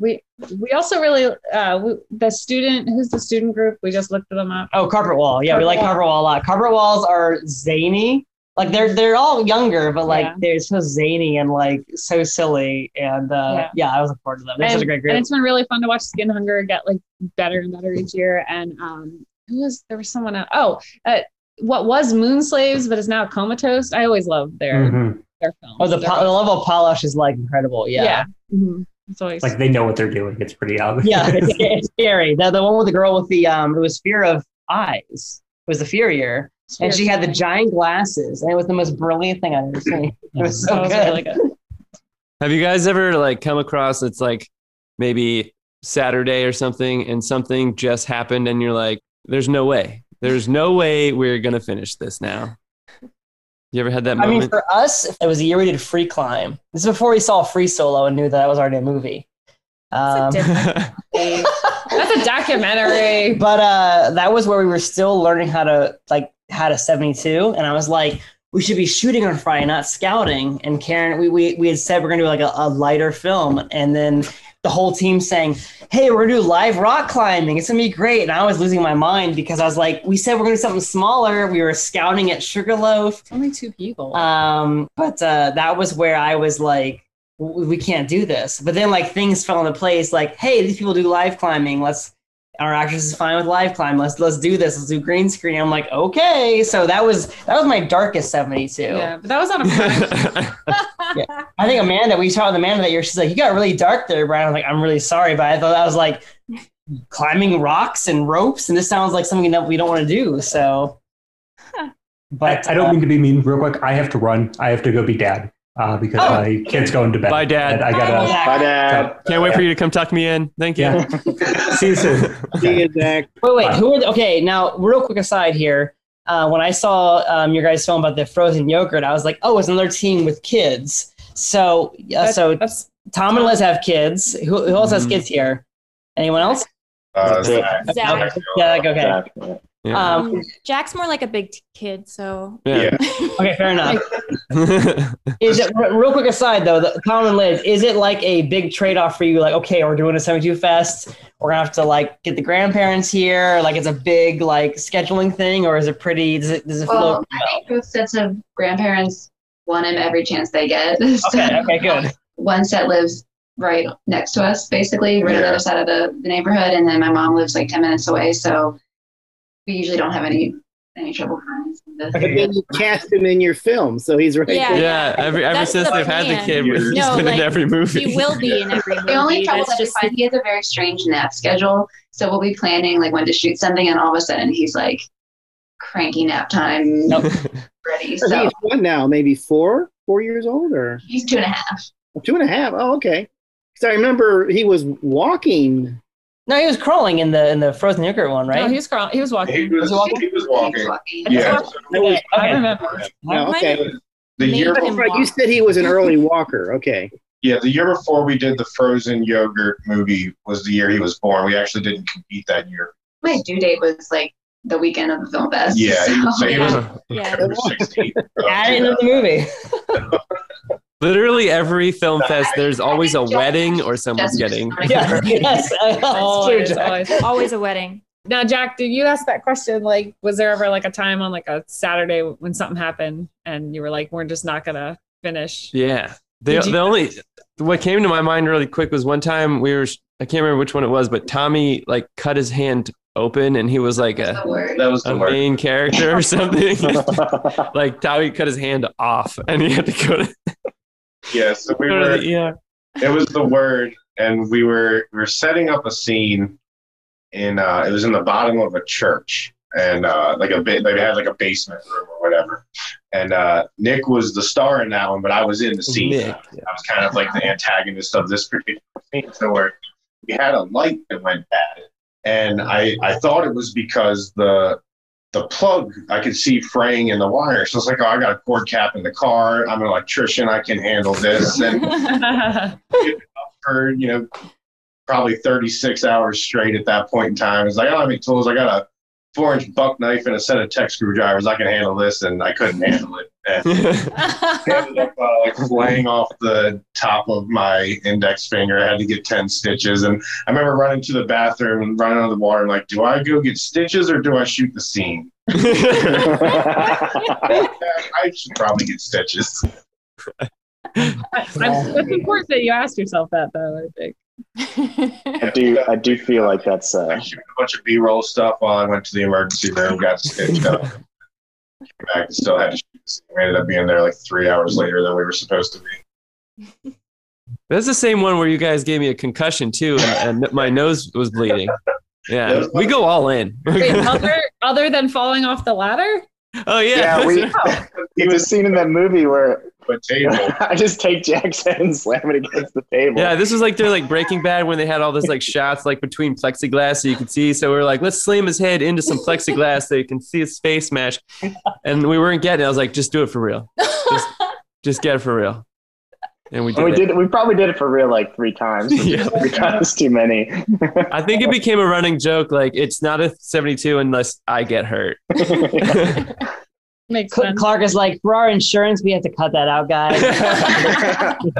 D: We we also really uh we, the student who's the student group we just looked them up.
B: oh carpet wall yeah we like carpet wall a lot carpet walls are zany like they're they're all younger but like
D: Yeah.
B: they're so zany and like so silly and uh yeah, i was looking forward to them they're such a great
D: And
B: group
D: it's been really fun to watch Skin Hunger get like better and better each year. And um, who was there was someone else? Oh, uh, what was Moon Slaves but is now Comatose. I always love their
H: Mhm.
D: their films.
B: oh the, po- the level of polish is like incredible yeah yeah,
D: Mhm. It's always
H: Like they know what they're doing. It's pretty obvious.
B: it's, it's scary the, the one with the girl with the um it was fear of eyes it was the fear year and she had the giant glasses, and it was the most brilliant thing I've ever seen. It was so
D: That was
B: good.
D: really good.
C: Have you guys ever like come across it's like maybe Saturday or something and something just happened and you're like, there's no way. There's no way we're gonna finish this now. You ever had that
B: I
C: moment?
B: mean, for us, it was a year we did free climb. This is before we saw free solo and knew that that was already a movie. Um,
G: That's a different
D: That's a documentary.
B: but uh, that was where we were still learning how to like how to 72, and I was like, we should be shooting on Friday, not scouting. And Karen, we we, we had said we're gonna do like a, a lighter film, and then the whole team saying, "Hey, we're gonna do live rock climbing. It's gonna be great." And I was losing my mind because I was like, we said we're gonna do something smaller. We were scouting at Sugarloaf.
D: Only two people.
B: Um, but uh, that was where I was like, w- we can't do this. But then like things fell into place. Like, hey, these people do live climbing. Let's our actress is fine with live climb. Let's let's do this. Let's do green screen. I'm like, okay. So that was that was my darkest 72.
D: yeah, but that was on a project.
B: I think Amanda, we saw with Amanda that year. She's like, you got really dark there, Brian. I'm like, I'm really sorry, but I thought I was like climbing rocks and ropes, and this sounds like something that we don't want to do. So. But uh,
H: I, I don't mean to be mean. Real quick, I have to run. I have to go be dad uh, because
B: Oh.
H: my kid's going to bed.
C: Bye, Dad.
H: And I
B: uh,
H: gotta.
I: Bye, Dad.
H: so,
C: Can't wait for you to come tuck me in. Thank you.
H: yeah. See you soon.
E: See you, Zach.
B: Wait, wait.
H: Fine.
B: Who are the, okay? Now, real quick aside here. Uh, when I saw um, your guys' film about the frozen yogurt, I was like, oh, it's another team with kids. So, yeah.
D: That's-
B: so
D: that's-
B: Tom and Liz have kids. Who, who else has
C: Mhm.
B: kids here? Anyone else?
F: Uh,
I: That's it.
F: Zach.
G: Zach.
B: Yeah. like, Okay.
I: Zach, yeah.
C: Yeah.
B: Um,
G: Jack's more like a big t- kid, so
F: Yeah.
B: okay. Fair enough. Is it re- real quick aside though? The, Tom and Liz, is it like a big trade-off for you? Like, okay, we're doing a seventy-two fest. We're gonna have to like get the grandparents here. Like, it's a big like scheduling thing, or is it pretty? Does it does it flow?
J: Well, I think both sets of grandparents want him every chance they get. So
B: Okay. Okay. Good.
J: One set lives right next to us, basically, right on the
F: Yeah.
J: other side of the, the neighborhood, and then my mom lives like ten minutes away, so we usually don't have any any trouble.
E: But then you cast him in your film, so he's right.
G: Yeah.
E: there.
C: yeah, every ever
G: That's
C: since
G: the
C: they've had the
G: plan.
C: kid, he's
G: No,
C: been
G: like,
C: in every movie.
G: he will be in every movie.
J: The only trouble
G: That's
J: that we
G: just
J: find, he has a very strange nap schedule. So we'll be planning like when to shoot something, and all of a sudden he's like cranky nap time
B: Nope.
J: ready.
E: I think
J: So
E: he's what now? Maybe four, four years old, or
J: he's two and a half.
E: two and a half. Oh, okay. Because I remember he was walking.
B: No, he was crawling in the in the frozen yogurt one, right?
D: No, he was crawling. He was
F: He
D: walking.
F: was,
B: walking?
F: he was
J: He's
F: walking.
J: walking.
F: Yeah.
B: Okay,
D: I
B: okay.
D: remember.
E: No,
G: Mine-
E: okay.
F: The year
G: Nathan
E: That's
F: before,
E: right. You said he was an early walker. Okay.
F: yeah, the year before we did the frozen yogurt movie was the year he was born. We actually didn't compete that year.
J: My due date was like the weekend of the film fest.
F: Yeah, he was,
J: So,
F: so he was
G: yeah.
F: September 16th.
B: Add it into the movie.
C: Literally every film fest, there's always a
J: Just-
C: wedding or someone's
J: just-
C: getting.
B: Yes, yes. That's true,
D: Always,
B: Jack.
D: always.
G: Always a wedding.
D: Now, Jack, did you ask that question? Like, was there ever like a time on like a Saturday when something happened and you were like, we're just not gonna finish?
C: Yeah. The,
D: Did you-
C: the only what came to my mind really quick was one time we were I can't remember which one it was, but Tommy like cut his hand open and he was like a,
J: The word.
F: That was the
C: a
F: word.
C: main character or something. like Tommy cut his hand off and he had to go to,
F: Yeah, so we
C: go
F: were
C: to the ER.
F: it was the word and we were we were setting up a scene in uh it was in the bottom of a church and uh like a bit they had like a basement room or whatever and uh nick was the star in that one but i was in the scene
C: Nick.
F: i was kind of like the antagonist of this particular scene so where we had a light that went bad and i i thought it was because the the plug I could see fraying in the wire. So it's like, oh, I got a cord cap in the car. I'm an electrician. I can handle this. And for you know probably 36 hours straight at that point in time. It's like oh, I don't have any tools. I got a four inch buck knife and a set of tech screwdrivers. I can handle this, and I couldn't handle it. And I ended up uh, like flaying off the top of my index finger. I had to get 10 stitches. And I remember running to the bathroom, running out of the water, and like, do I go get stitches or do I shoot the scene? I should probably get stitches.
D: I- I'm, that's important that you ask yourself that, though. I think.
I: I do. I do feel like that's.
F: I
I: Uh,
F: shoot a bunch of B roll stuff while I went to the emergency room, got stitched up. Back, still had to shoot. this. We ended up being there like three hours later than we were supposed to be.
C: That's the same one where you guys gave me a concussion too, and, and my nose was bleeding. Yeah, we go all in.
D: Wait, other other than falling off the ladder?
C: oh yeah,
I: yeah, we. It's a scene in that movie where
F: But table.
I: I just take Jack's head and slam it against the table.
C: Yeah, this was like they're like Breaking Bad when they had all this like shots like between plexiglass so you could see. So we were like, let's slam his head into some plexiglass so you can see his face smash. And we weren't getting it. I was like, just do it for real. Just, just get it for real. And we did.
I: And Oh, we
C: it.
I: did. We probably did it for real like three times.
C: Yeah.
I: Three times too many.
C: I think it became a running joke. Like it's not a 72 unless I get hurt.
D: Makes
B: Cl-
D: sense.
B: Clark is like, for our insurance, we have to cut that out, guys.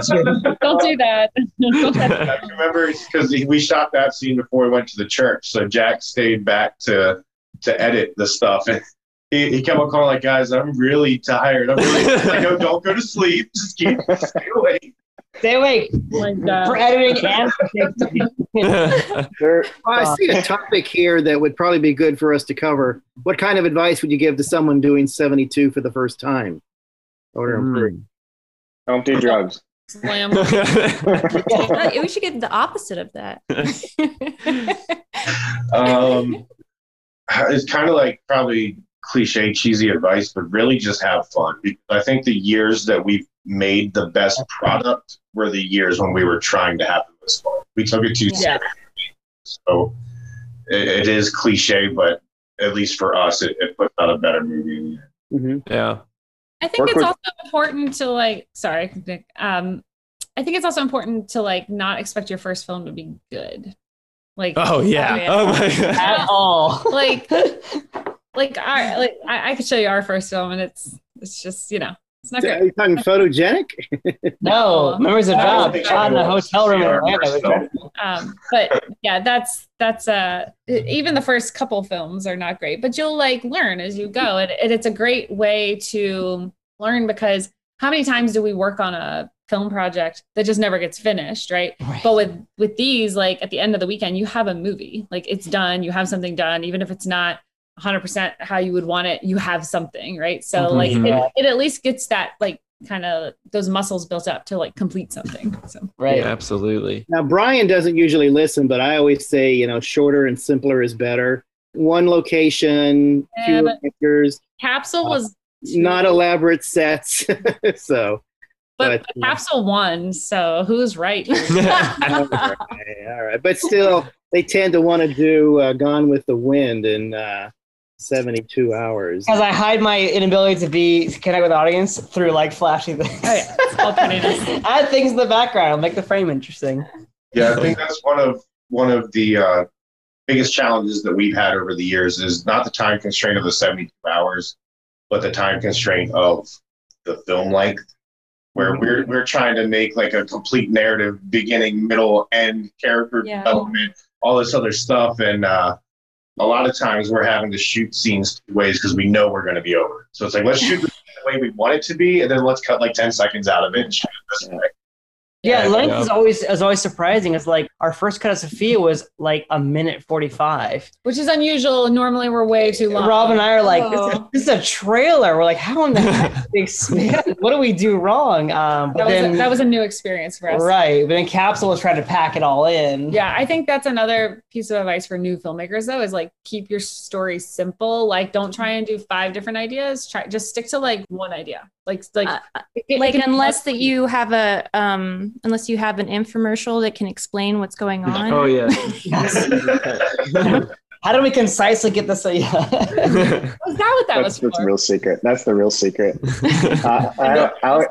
D: Don't do that.
F: I remember because we shot that scene before we went to the church, so Jack stayed back to to edit the stuff. And he, he kept on calling like, "Guys, I'm really tired. I'm really like, no, don't go to sleep. Just keep stay awake."
B: Stay awake
D: Oh my
B: for
D: God.
B: editing and
I: There-
E: I see
B: uh,
E: a topic here that would probably be good for us to cover. What kind of advice would you give to someone doing 72 for the first time? Or
B: Hmm.
I: don't do drugs.
D: Slam.
G: Uh, we should get the opposite of that.
F: Um, it's kind of like probably cliche, cheesy advice, but really just have fun. Because I think the years that we've made the best product were the years when we were trying to have the most fun. We took it too
D: Yeah.
F: seriously. So it, it is cliche, but at least for us, it, it puts out a better movie. in the
E: Mhm.
F: end.
C: yeah.
D: I think
I: Work
D: it's
I: with-
D: also important to like. Sorry, Nick. Um, I think it's also important to like not expect your first film to be good. Like,
C: Oh yeah. Oh my
B: at all.
D: like, like our like I, I could show you our first film, and it's it's just you know it's not
E: Are
D: great.
E: you talking photogenic?
B: No, memories Oh, of
D: I don't
B: Bob.
D: think
B: Shot in the
F: anyone wants to
B: hotel room
F: see
B: in
F: our
B: Atlanta.
F: worst
B: It was-
D: Um, but yeah, that's that's uh even the first couple films are not great, but you'll like learn as you go, and, and it's a great way to learn because how many times do we work on a film project that just never gets finished, right? but with with these like at the end of the weekend you have a movie like it's done you have something done even if it's not 100% how you would want it you have something right so like
B: Mhm.
D: it, it at least gets that like kind of those muscles built up to like complete something so
B: Right.
C: Yeah, absolutely.
E: Now, Brian doesn't usually listen, but I always say, you know, shorter and simpler is better. One location,
D: Yeah,
E: fewer
D: but-
E: pictures,
D: capsule was
E: not elaborate sets. so,
D: but,
E: but-
D: capsule won so who's right
E: all right, all right. But still, they tend to want to do uh, Gone with the Wind in uh, 72 hours.
B: Because I hide my inability to be to connect with the audience through like flashy things.
D: Oh, yeah. It's all pretty nice.
B: Add things in the background, make the frame interesting.
F: Yeah, I think that's one of one of the uh, biggest challenges that we've had over the years is not the time constraint of the seventy two hours, but the time constraint of the film length, where we're we're trying to make like a complete narrative, beginning, middle, end, character
G: Yeah.
F: development, all this other stuff, and uh, a lot of times we're having to shoot scenes two ways because we know we're going to be over. So it's like let's shoot the way we want it to be, and then let's cut like ten seconds out of it and shoot it this way.
B: Yeah,
C: Yeah,
B: length
C: yeah.
B: is always is always surprising. It's like our first cut of Sophia was like a minute forty five.
D: which is unusual. Normally, we're way too long.
B: Rob and I are like, this is,
D: Oh.
B: this is a trailer. We're like, how in the heck did they expand? What do we do wrong? Um, but
D: that was,
B: then,
D: a, that was a new experience for us.
B: right. But then Capsule was trying to pack it all in.
D: Yeah, I think that's another piece of advice for new filmmakers though is like keep your story simple. Like don't try and do five different ideas. Try just stick to like one idea. Like like
G: Uh,
D: it can- it
G: like
D: can-
G: unless that you have a um unless you have an infomercial that can explain what's going on
C: Oh yeah.
B: Yes. how do we concisely get this? uh, Yeah.
D: was that what that
I: that's
D: was
I: that's the
D: for?
I: real secret. That's the real secret. uh, I, I,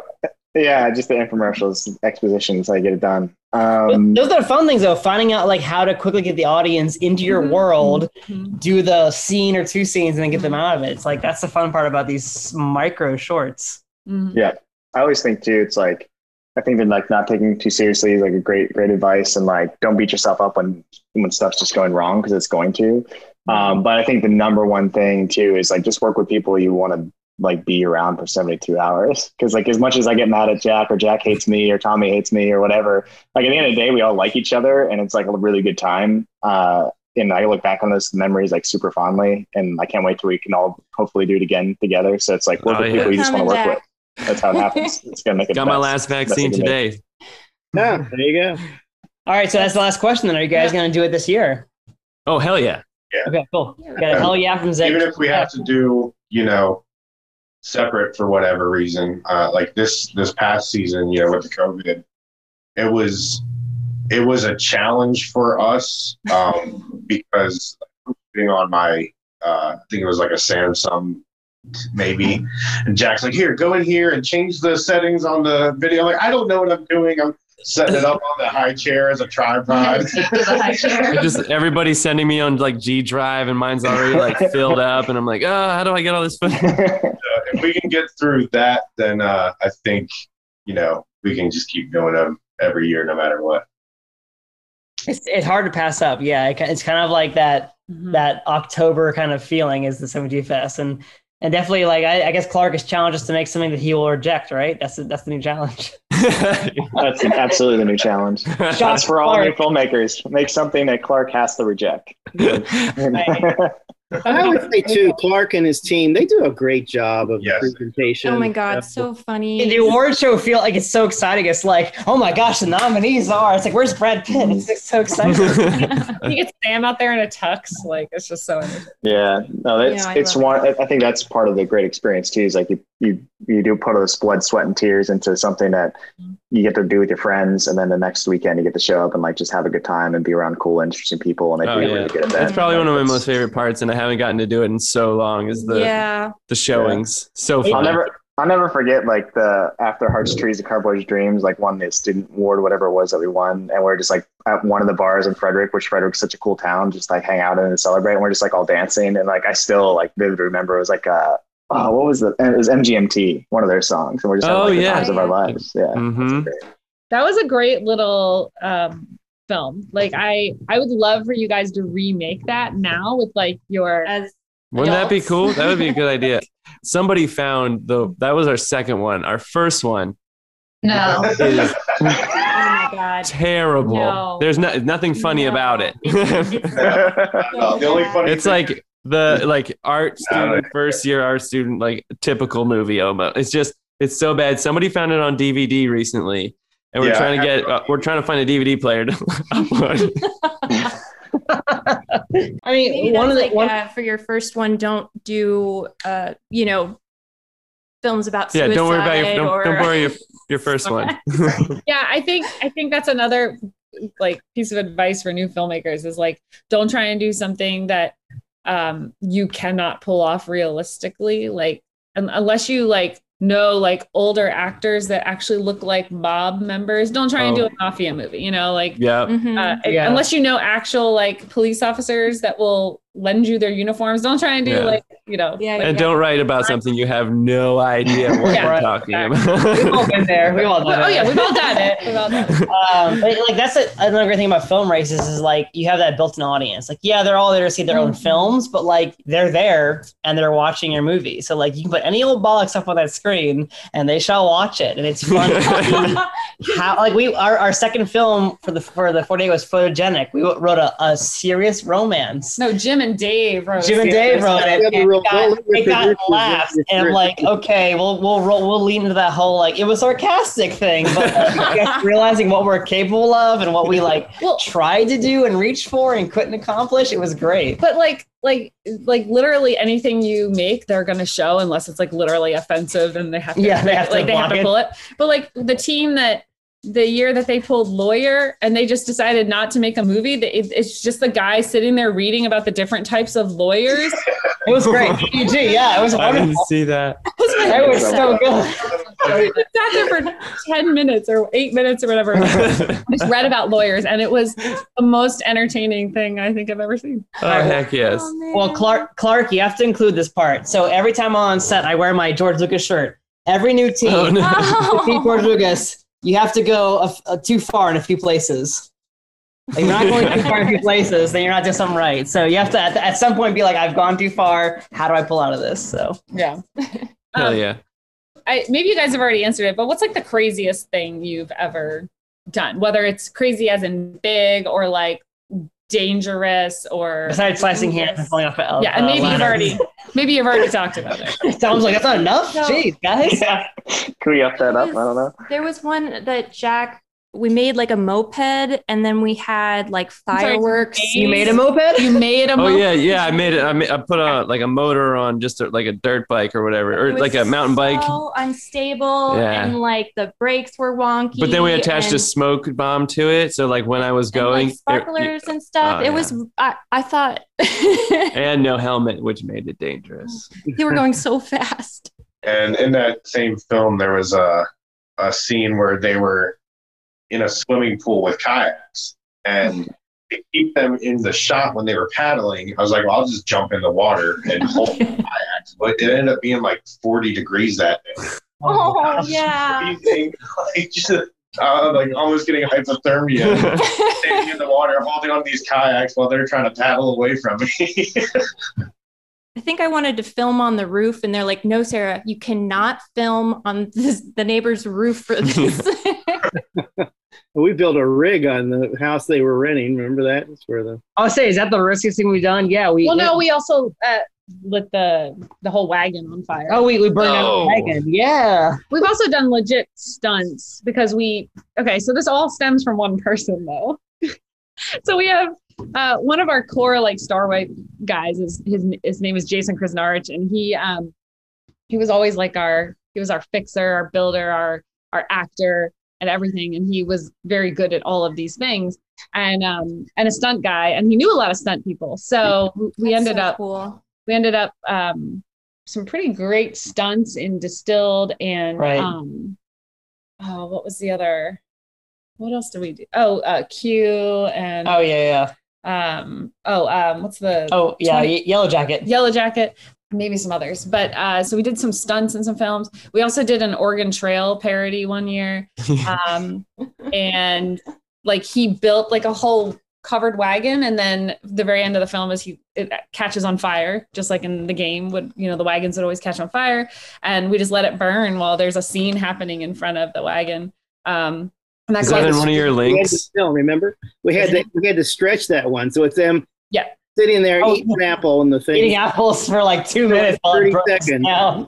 I: yeah, just the infomercials, expositions. I get it done. Um,
B: Those are the fun things though. Finding out like how to quickly get the audience into your
D: Mhm.
B: world,
D: Mhm.
B: do the scene or two scenes, and then get them out of it. It's like that's the fun part about these micro shorts.
I: Mm-hmm.
G: Mm-hmm.
D: Mhm.
I: I always think too. It's like I think that like not taking it too seriously is like a great great advice, and like don't beat yourself up when when stuff's just going wrong because it's going to. Um, but I think the number one thing too is like just work with people you want to like be around for 72 hours because like as much as i get mad at jack or jack hates me or tommy hates me or whatever like at the end of the day we all like each other and it's like a really good time uh and i look back on those memories like super fondly and i can't wait till we can all hopefully do it again together so it's like work
C: Oh,
I: with
C: yeah.
I: people you just
G: Tom
I: want to
G: and
I: work
G: Jack.
I: with that's how it happens. It's gonna make it.
C: Got
I: the
C: my last
I: best.
C: vaccine
I: That's a good
C: today.
E: Yeah, there you go.
B: All right, so that's the last question. Then are you guys going to do it this year?
C: Oh hell yeah.
B: Okay, cool. Got a hell yeah from Zach.
F: even if we have to do you know separate for whatever reason uh, like this this past season you know with the covid it was it was a challenge for us um, because being on my uh, i think it was like a samsung maybe and jack's like here go in here and change the settings on the video I'm like i don't know what i'm doing i'm setting it up on the high chair as a tripod
J: the high chair.
C: It just everybody's sending me on like G Drive and mine's already like filled up and I'm like, oh, how do I get all this footage? Oh,
F: uh, if we can get through that, then uh, I think you know we can just keep doing them every year, no matter what.
B: It's, it's hard to pass up. Yeah, it, ki- it's kind of like that
D: Mhm.
B: that October kind of feeling is the 72 Fest, and and definitely like I, I guess Clark is challenged us to make something that he will reject. Right? That's the, that's the new challenge.
I: That's absolutely the new challenge. That's for all new
B: Clark.
I: filmmakers. Make something that Clark has to reject.
E: I would say too, Clark and his team, they do a great job of
F: Yes.
E: presentation.
G: oh my god so funny
B: The award show feel like it's so exciting. It's like, oh my gosh, the nominees are. It's like, where's Brad Pitt? It's, it's so exciting.
D: you get Sam out there in a tux, like it's just so. Interesting.
I: Yeah, no, that's
G: Yeah, I
I: it's
G: love
I: one. I- I think that's part of the great experience too. Is like you you you do put all this blood, sweat, and tears into something that you get to do with your friends, and then the next weekend you get to show up and like just have a good time and be around cool, interesting people, and they
C: Oh,
I: do a
C: yeah.
I: really good event.
C: That's probably one of my
I: That's-
C: most favorite parts, and I haven't gotten to do it in so long. Is the
G: yeah
C: the showings so
I: I'll
C: fun?
I: never I'll never forget like the after Hearts Trees and Cardboard Dreams like won the student award whatever it was that we won and we're just like at one of the bars in Frederick which Frederick's such a cool town just like hang out in and celebrate and we're just like all dancing and like I still like vividly remember it was like uh oh what was the it was MGMT one of their songs and we're just having,
C: Oh,
I: like, the
C: yeah.
I: times of our lives yeah
C: Mhm.
I: That's great.
D: That was a great little um, film. Like I, I would love for you guys to remake that now with like your.
G: as
C: Wouldn't that be
G: adults.
C: cool? That would be a good idea. Somebody found the that was our second one. Our first one
J: no.
C: is
G: oh my god
C: terrible.
D: No.
C: There's no, nothing funny
G: No.
C: about it.
G: It's- it's-
F: No, the only funny
C: it's like the like art
F: No,
C: student
F: it's-
C: first year art student like typical movie almost. It's just it's so bad. Somebody found it on DVD recently, and we're
F: Yeah,
C: trying to
F: I-
C: get uh, we're trying to find a DVD player to upload.
B: I mean,
G: Maybe
B: one of
G: that's
B: the
G: like
B: one,
G: uh, for your first one, don't do uh, you know films about
C: yeah,
G: suicide.
C: don't worry about your don't,
G: or,
C: don't worry your, your first one.
D: Yeah, I think I think that's another like piece of advice for new filmmakers is like don't try and do something that um you cannot pull off realistically like un- unless you like know like older actors that actually look like mob members don't try and do
C: Oh.
D: a mafia movie you know like
C: yeah.
G: Mhm.
D: uh,
B: Yeah.
D: unless you know actual like police officers that will lend you their uniforms. Don't try and do
C: Yeah.
D: like you know.
G: Yeah,
D: like-
C: And don't write about something you have no idea what
D: Yeah.
C: you're talking
B: We've all
C: about.
B: been there. We've all done
D: Oh yeah,
B: it.
D: we've all done it. We've all done it.
B: Um, but like that's a, another great thing about film races is like you have that built-in audience. Like yeah, they're all there to see their own
D: Mm-hmm.
B: films, but like they're there and they're watching your movie. So like you can put any old bollocks up on that screen and they shall watch it, and it's fun. to see how like we our, our second film for the for the four day was photogenic. We wrote a, a serious romance.
D: No, Jim and Dave. Wrote
B: Jim and Dave wrote it.
E: Yeah,
B: And
E: they
B: it
E: wrote-
B: got,
E: they
B: it got
E: produced it.
B: laughs, and I'm like, okay, we'll we'll roll, we'll lean into that whole like it was sarcastic thing, but like, just realizing what we're capable of and what we like
D: Well,
B: tried to do and reach for and couldn't accomplish, it was great.
D: but like like like literally anything you make they're going to show unless it's like literally offensive and they have to
B: Yeah, they have to
D: like they have
B: block
D: to
B: it.
D: pull it but like the team that the year that they pulled lawyer and they just decided not to make a movie that it, it's just the guy sitting there reading about the different types of lawyers
B: It was great. GG, yeah, it was
C: I didn't
B: wonderful.
C: see that.
B: It was so good.
D: He sat there for 10 minutes or eight minutes or whatever just read about lawyers and it was the most entertaining thing i think i've ever seen
C: Oh heck yes.
G: Oh, man.
B: Well, Clark, Clark, you have to include this part. So every time I'm on set, I wear my George Lucas shirt. Every new team,
C: Oh, no.
B: to beat George Lucas, you have to go a, f- a- too far in a few places. Like, you're not going too far in a few places, then you're not doing something right. So you have to at, at some point be like, I've gone too far. How do I pull out of this? So
D: yeah
C: Hell yeah.
D: I maybe you guys have already answered it, but what's like the craziest thing you've ever done? Whether it's crazy as in big or like dangerous or
B: besides slicing hands and falling off a
D: yeah, and maybe you've already maybe you've already talked about it.
B: already. Sounds like that's not enough.
G: No.
B: Oh, Jeez, guys.
I: Can we up that up? I don't know.
G: There was one that Jack. We made like a moped, and then we had like
D: sorry,
G: fireworks.
B: You made a moped?
D: You made a
C: Oh
D: mo-
C: yeah, yeah. I made it. I, made, I put a like a motor on just a, like a dirt bike or whatever,
G: It
C: or
G: was
C: like a mountain bike.
G: So unstable,
C: Yeah.
G: and like the brakes were wonky.
C: But then we attached a
G: and-
C: smoke bomb to it, so like when I was
G: and,
C: going,
G: like, sparklers and stuff.
C: Oh,
G: it
C: yeah.
G: was. I, I thought
C: it- and no helmet, which made it dangerous.
G: they were going so fast.
F: And in that same film, there was a a scene where they were in a swimming pool with kayaks, and to keep them in the shot when they were paddling, I was like, "Well, I'll just jump in the water and hold the kayaks." But it ended up being like 40 degrees that day.
G: Oh yeah.
F: Freezing, like, just, uh, like almost getting hypothermia, standing in the water, holding on to these kayaks while they're trying to paddle away from me.
G: I think I wanted to film on the roof, and they're like, "No, Sarah, you cannot film on this, the neighbor's roof for this."
E: We built a rig on the house they were renting. Remember that? That's where the
B: I'll say, is that the riskiest thing we've done? Yeah, we.
D: Well no, we also uh, lit the the whole wagon on fire.
B: Oh, we, we burned
C: No.
B: out the wagon. Yeah.
D: We've also done legit stunts because we okay, so this all stems from one person though. so we have uh, one of our core like Starlight guys is his his name is Jason Krasnarich and he um he was always like our he was our fixer, our builder, our our actor and everything and he was very good at all of these things and um and a stunt guy and he knew a lot of stunt people. So we
G: That's
D: ended
G: so
D: up
G: cool.
D: we ended up um, some pretty great stunts in distilled and
B: Right.
D: um, oh, what was the other? What else did we do? Oh, uh, Q and
B: Oh, yeah, yeah.
D: um, oh, um, what's the
B: Oh, yeah.
D: Twenty-
B: Ye- Yellow Jacket.
D: Yellow Jacket? Maybe some others, but uh, so we did some stunts in some films. We also did an Oregon Trail parody one year, um, and like he built like a whole covered wagon and then the very end of the film is he it catches on fire just like in the game would you know the wagons would always catch on fire and we just let it burn while there's a scene happening in front of the wagon um and
C: Is that
D: goes-
C: in one of your
E: we had to
C: links?
E: film. Remember, we had to we had to stretch that one. So it's them.
D: Yeah.
E: Sitting there
B: Oh.
E: eating an apple and the thing.
B: Eating apples for like two
E: For like
B: minutes. while it
E: 30
B: broke us
E: seconds.
B: down.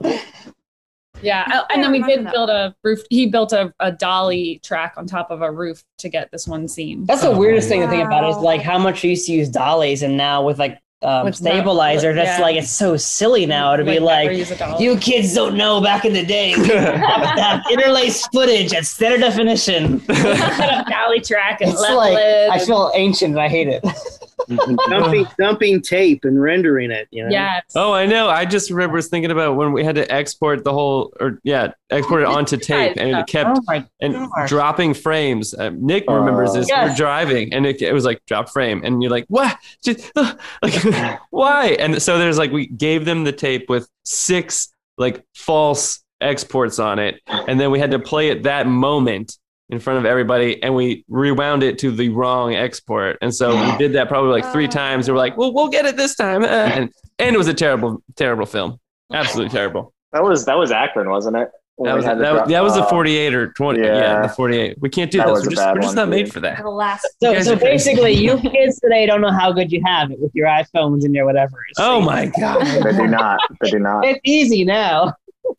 D: yeah
G: I think
D: and
G: I
D: then we did
G: remember that
D: build a roof he built a, a dolly track on top of a roof to get this one scene
B: That's the weirdest thing to think about is
G: Wow.
B: like how much you used to use dollies and now with like um,
D: With not-
B: stabilizer, that's
D: yeah.
B: like it's so silly now to be
D: never
B: like,
D: use a dolly.
B: you kids don't know back in the day. We have interlaced footage at standard definition.
D: Set up dolly track and
B: It's
D: level
B: like
D: it
B: I
D: and-
B: feel ancient and I hate it.
E: dumping, dumping tape and rendering it. You know?
D: Yes.
C: Oh, I know. I just remember was thinking about when we had to export the whole, or yeah, export it onto tape, and it kept
B: Oh my
C: and
B: God.
C: dropping frames. Uh, Nick remembers this.
B: Yes.
C: We're driving, and it, it was like drop frame, and you're like, what? Just, uh, like, why? And so there's like we gave them the tape with six like false exports on it, and then we had to play it that moment in front of everybody, and we rewound it to the wrong export, and so we did that probably like three times. And we're like, well, we'll get it this time, uh, and and it was a terrible, terrible film. Absolutely terrible.
I: That was that was Akron, wasn't it? When
C: That
I: we
C: was,
I: had
C: that,
I: to
C: was-
I: drop-
C: that was the
I: uh,
C: 48 or 20. Yeah,
I: yeah.
C: the 48. We can't do
I: That
C: that.
I: was
C: We're
I: a
C: just,
I: bad
C: we're just
I: one,
C: not made
I: dude.
C: for that.
G: The last
B: So,
C: guys
B: so
C: are crazy.
B: basically, you kids today don't know how good you have it with your iPhones and your whatever. It's
C: Oh
B: like-
C: my God.
I: They do not. They do not. We
B: It's easy now.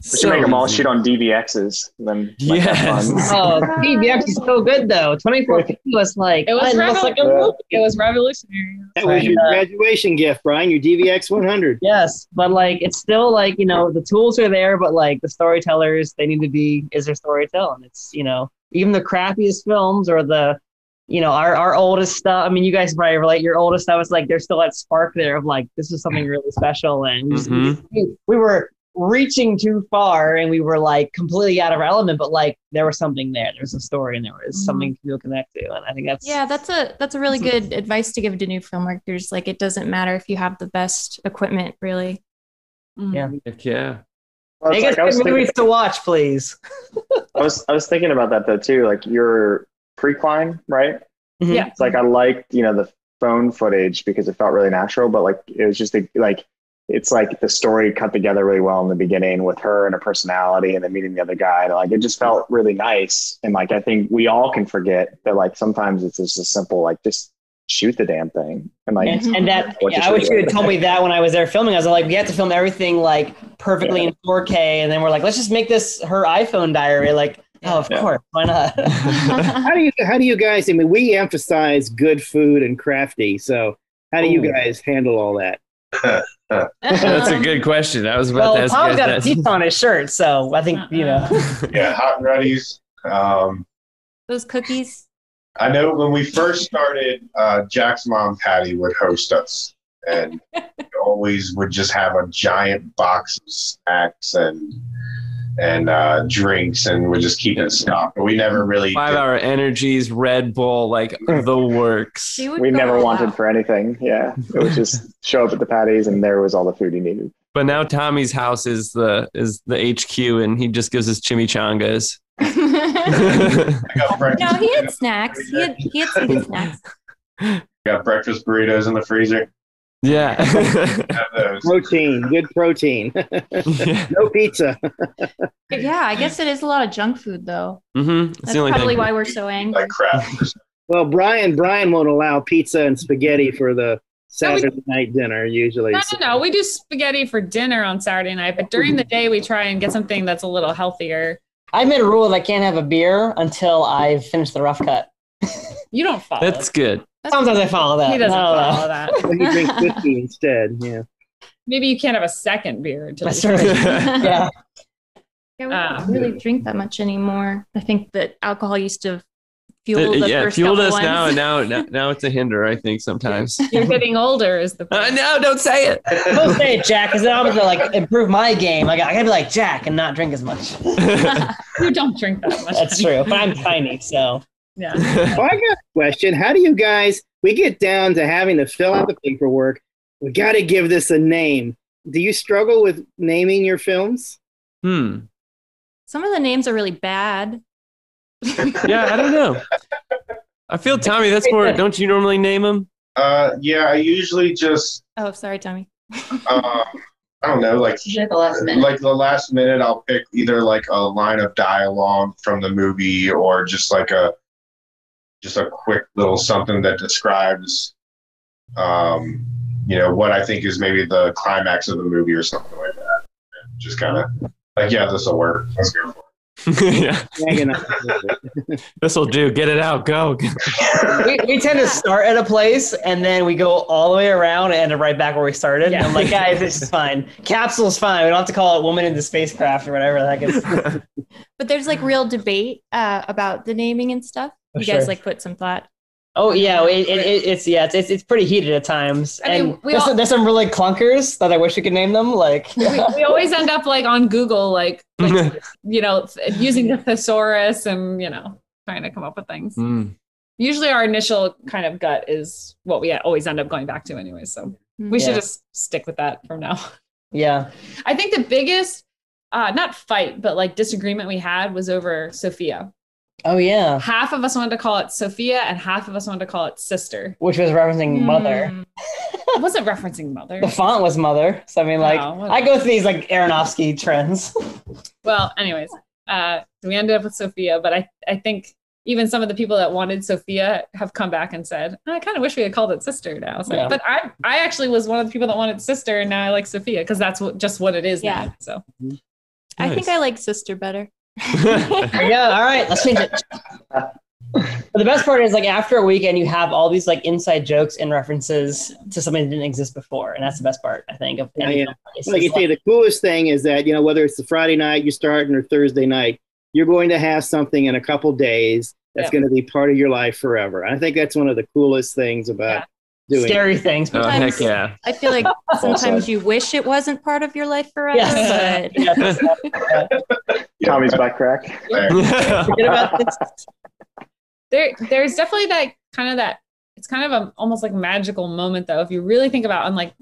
I: should make them all shoot on DVXs. and Then like, have
C: Yes.
I: fun.
B: Oh, PBX is so good though. 24 was like,
D: It was
B: I love
D: revolutionary.
B: second movie.
D: It was revolutionary.
E: That was your graduation gift, Brian. Your DVX 100.
B: Uh, Yes, but like it's still like you know the tools are there, but like the storytellers, they need to be is their storytelling. It's you know even the crappiest films or the you know our our oldest stuff. I mean, you guys probably relate. Your oldest stuff is like there's still that spark there of like this is something really special, and
C: Mhm.
B: we, we were reaching too far and we were like completely out of our element. But like there was something there. There was a story and there was
E: Mm-hmm.
G: Mhm.
B: something people connect to, and I think that's
G: Yeah, that's a that's a really
C: Mm-hmm.
G: good advice to give to new filmmakers. Like, it doesn't matter if you have the best equipment, really.
B: Yeah.
C: Heck yeah.
I: Well, it's
B: Make us
I: like, I was
B: good
I: thinking-
B: movies to watch, please.
I: I was I was thinking about that though too. Like your pre-climb, right?
F: Mm-hmm.
B: Mhm.
D: Yeah.
I: It's like I liked, you know, the phone footage because it felt really natural, but like it was just a, like it's like the story cut together really well in the beginning with her and her personality and then meeting the other guy. And like it just felt really nice. And like I think we all can forget that like sometimes it's just a simple like just shoot the damn thing. And like
B: and, and that
I: What
B: yeah,
I: you
B: I wish
I: should
B: you
I: do.
B: had told me that when I was there filming. I was like, we have to film everything like perfectly in 4K, and then we're like, let's just make this her iPhone diary. Like, oh, of
I: Yeah.
B: course, why not?
E: How do you how do you guys? I mean, we emphasize good food and crafty. So how do you
C: Ooh.
E: guys handle all that?
C: That's a good question. I was about
B: well,
C: to ask
B: Tom's
C: you
B: got a
C: guys
B: teeth on his shirt, so I think you know.
F: Yeah, hot and ready's. Um,
G: Those cookies.
F: I know when we first started, uh, Jack's mom Patty would host us, and always would just have a giant box of snacks and and uh, drinks, and would just keep it stocked. But we never really
C: Five
F: did-
C: hour energies, Red Bull, like the works.
G: She would
I: we
G: go
I: never
G: all
I: wanted
G: out.
I: for anything. Yeah. It was just show up at the patties and there was all the food you needed.
C: But now Tommy's house is the is the HQ, and he just gives us chimichangas.
F: I got breakfast,
G: no, he had snacks. He had he had some good snacks.
F: got breakfast burritos in the freezer.
C: yeah.
F: Have those.
E: Protein, good protein. no pizza.
G: But yeah, I guess it is a lot of junk food though.
C: hmm It's
G: That's
C: the only
G: probably
C: thing.
G: why we're so angry.
F: Like crap.
E: Well, Brian Brian won't allow pizza and spaghetti for the
D: No, we-
E: Saturday night dinner usually.
D: No,
E: so-
D: no, no. We do spaghetti for dinner on Saturday night, but during the day we try and get something that's a little healthier.
B: I made a rule that I can't have a beer until I've finished the rough cut.
D: You don't follow.
C: That's good.
B: Sometimes I follow that.
D: he doesn't
B: I don't know.
D: follow that.
E: So he drinks whiskey instead. Yeah.
D: Maybe you can't have a second beer until
B: That's right.
G: yeah,
B: Yeah,
G: we
D: Ah.
G: don't
C: Um,
G: really drink that much anymore. I think that alcohol used to fuel the
C: Yeah,
G: first
C: fueled
G: couple
C: us
G: ones.
C: now, and now, now now it's a hinder. I think sometimes.
D: you're getting older is the
C: Uh, no, don't say it.
B: don't say it, Jack, because then I'm gonna like improve my game. Like I gotta be like Jack and not drink as much.
D: you don't drink that much.
B: That's true. But I'm tiny, so
D: Yeah.
E: Well, I got a question. How do you guys? We get down to having to fill out the paperwork. We got to give this a name. Do you struggle with naming your films?
C: hmm.
G: Some of the names are really bad.
C: Yeah, I don't know. I feel Tommy. That's more. Don't you normally name him?
F: Uh, yeah, I usually just
G: Oh, sorry, Tommy.
F: um, I don't know, like
J: It's usually at the last minute.
F: like the last minute i'll pick either like a line of dialogue from the movie or just like a just a quick little something that describes um you know what i think is maybe the climax of the movie or something like that just kind of like yeah this will work let's go for
C: yeah,
E: Hanging up a little bit.
C: this will do. Get it out. Go.
B: we, we tend to start at a place and then we go all the way around and end up right back where we started. And I'm like, guys, this is fine. Capsule's fine. We don't have to call it woman in the spacecraft or whatever. Like it's
G: But there's like real debate uh, about the naming and stuff.
B: Oh,
G: You guys
B: sure.
G: like put some thought.
B: Oh yeah, it, it, it, it's yeah, it's, it's it's pretty heated at times.
D: I mean,
B: and
D: we
B: there's,
D: all-
B: there's some really clunkers that I wish we could name them. Like
D: we, we always end up like on Google, like, like you know, th- using the thesaurus and you know, trying to come up with things.
B: Hmm.
C: Mm.
D: Usually, our initial kind of gut is what we always end up going back to, anyway. So we
B: Yeah.
D: should just stick with that from now.
B: yeah,
D: I think the biggest, uh, not fight, but like disagreement we had was over Sophia.
B: oh yeah,
D: Half of us wanted to call it Sophia, and half of us wanted to call it sister. Hmm.
B: which was referencing mother.
G: Mm.
D: I wasn't referencing mother.
B: The font was mother, so I mean, like
D: Oh, well.
B: I go through these like Aronofsky trends.
D: Well, anyways, uh, we ended up with Sophia, but I, I think even some of the people that wanted Sophia have come back and said, I kind of wish we had called it sister now. So,
B: Yeah.
D: But I, I actually was one of the people that wanted sister, and now I like Sophia because that's what, just what it is
G: Yeah.
D: now. So
B: Mm-hmm.
G: I think I like sister better.
B: yeah, all right, let's change it. But the best part is like after a weekend, you have all these like inside jokes and references to something that didn't exist before, and that's the best part I think of.
E: Yeah,
B: any
E: yeah.
B: film. It's
E: like you
B: just
E: say, the coolest thing is that you know whether it's the Friday night you start or Thursday night, you're going to have something in a couple days that's
D: Yeah.
E: going to be part of your life forever. I think that's one of the coolest things about doing. it.
B: scary things.
C: Oh, heck yeah.
G: I feel like sometimes you wish it wasn't part of your life forever.
B: Yes.
G: but-
I: Tommy's butt crack.
B: Forget about this.
D: there, there's definitely that kind of that, it's kind of a, almost like magical moment though. If you really think about on like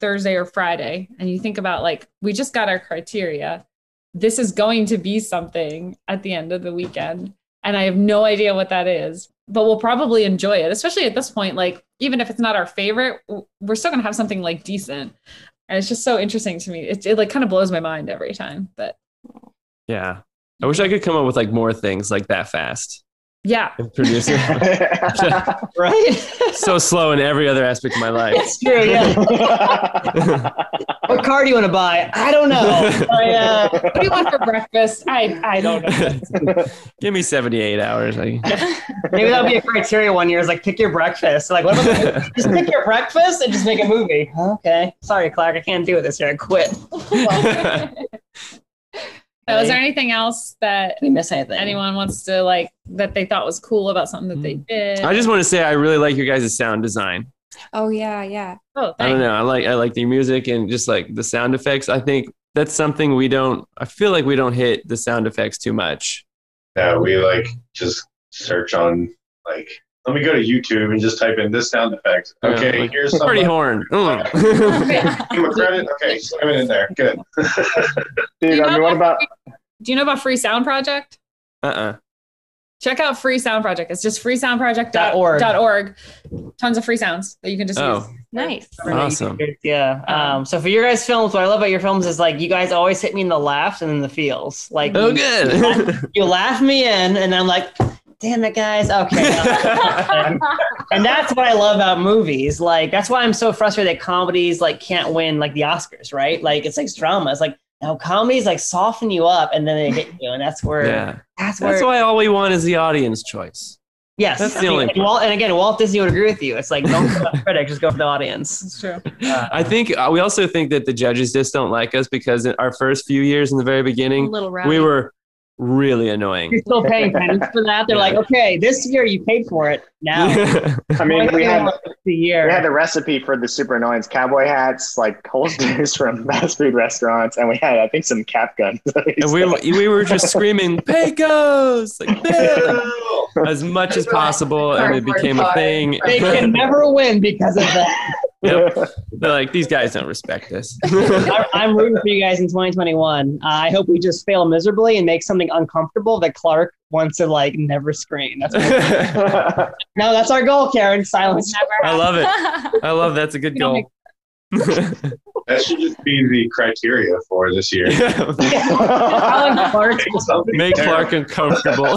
D: Thursday or Friday, and you think about like, we just got our criteria. This is going to be something at the end of the weekend. And I have no idea what that is, but we'll probably enjoy it, especially at this point. Like, even if it's not our favorite, w- we're still going to have something like decent. And it's just so interesting to me. It, it like kind of blows my mind every time. But
C: yeah. I wish I could come up with like more things like that fast.
D: yeah,
C: And Produce it.
B: right?
C: so slow in every other aspect of my life.
B: It's true. Yeah. What car do you want to buy? I don't know. I, uh,
D: what do you want for breakfast? I, I don't know.
C: Give me 78 hours. I,
B: maybe that'll be a criteria one year. Is like pick your breakfast. Like what? About the, just pick your breakfast and just make a movie. Okay. Sorry, Clark. I can't do it this year. I quit.
D: Well, so is there anything else that
B: Did we miss anything?
D: anyone wants to like that they thought was cool about something that
B: Hmm.
D: they did?
C: I just want to say I really like your guys' sound design.
G: Oh yeah, yeah.
D: oh,
C: I don't
D: thanks.
C: know. I like I like your music and just like the sound effects. I think that's something we don't I feel like we don't hit the sound effects too much.
F: Yeah, we like just search on like let me go to YouTube and just type in this sound effect.
C: Yeah,
F: Okay,
C: like,
F: here's
C: Party
F: some uh,
C: horn. Mm.
F: give him a credit. Okay, slam it in there. Good.
I: Dude, I mean, what about
D: Do you know about Free Sound Project?
C: uh-uh.
D: Check out Free Sound Project. It's just freesoundproject.org.
B: .org.
D: Dot org. Tons of free sounds that you can just
C: Oh.
D: use.
G: Nice.
C: Awesome.
B: Yeah. Um, so for your guys' films, what I love about your films is like you guys always hit me in the laughs and in the feels. Like
C: Oh
B: you,
C: good.
B: you laugh me in, and I'm like, damn it, guys. Okay. and that's what I love about movies. Like that's why I'm so frustrated that comedies like can't win like the Oscars, right? Like it's like drama. It's like no comedies like soften you up, and then they hit you, and that's where
C: yeah.
B: that's where
C: That's why all we want is the audience choice.
B: yes.
C: that's the only
B: and, Walt, and again, Walt Disney would agree with you. It's like don't go for the critic, just go for the audience.
D: It's true.
C: I think uh, we also think that the judges just don't like us because in our first few years in the very beginning,
G: Little rowdy.
C: we were really annoying.
B: You're still paying pennies for that. They're
C: Yeah.
B: like, okay, this year you paid for it. Now.
I: I mean, we had
B: the year.
I: we had the recipe for the super annoyance cowboy hats, like holsters from fast food restaurants, and we had I think some cap guns.
C: and we were- we were just screaming Pecos like "Pecos," as much as possible, and it became a thing.
B: they can never win because of that.
C: They're like these guys don't respect us.
B: I, I'm rooting for you guys in 2021. Uh, I hope we just fail miserably and make something uncomfortable that Clark wants to like never screen. That's
C: I
B: no, that's our goal, Karen. Silence.
C: love it. I love that's a good
D: You don't
C: goal.
F: That should just be the criteria for this year.
B: Alan Clark,
F: Something
C: Make
F: there.
C: Clark uncomfortable.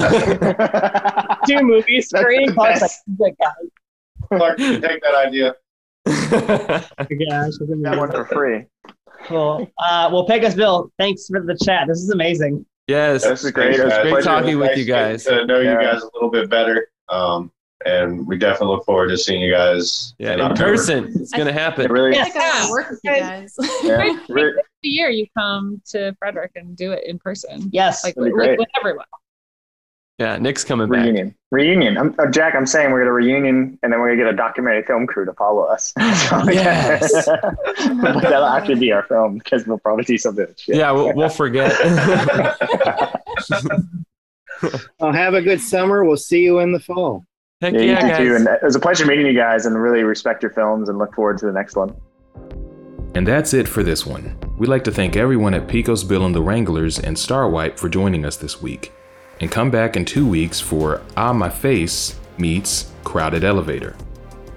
B: two movies,
I: That's
B: screen.
I: the
B: Clark's like,
I: best.
B: "Good God."
F: Clark, you take that idea.
B: Oh my gosh, this is
I: That one for free.
B: wonderful. Uh, well, Pecos Bill, thanks for the chat. This is amazing.
C: yes.
I: This is great. It was
F: Thanks,
I: great
F: guys.
C: talking with you
F: uh,
C: guys.
F: Nice To know you
I: Yeah.
F: guys a little bit better. Um, and we definitely look forward to seeing you guys
C: Yeah,
F: in
C: in
F: October.
C: person. It's gonna
I: It
C: happen.
I: really,
G: I think I wanna
D: Yeah.
G: work with you guys.
I: yeah, Re-
D: The year you come to Frederick and do it in person,
B: Yes.
D: like
I: That'd be
D: with,
I: great.
D: with everyone.
C: Yeah, Nick's coming back.
I: Reunion. Reunion. I'm, oh, Jack, I'm saying we're going to reunion and then we're going to get a documentary film crew to follow us. So,
C: Yes.
I: but that'll have to be our film because we'll probably do something. with Shit.
C: Yeah, we'll, we'll forget.
E: Well, have a good summer. We'll see you in the fall.
C: Heck
I: Yeah, you
C: yeah,
I: too.
C: guys.
I: And it was a pleasure meeting you guys and really respect your films and look forward to the next one.
A: And that's it for this one. We'd like to thank everyone at Picos Bill and the Wranglers and Starwipe for joining us this week. And come back in two weeks for Ah My Face meets Crowded Elevator.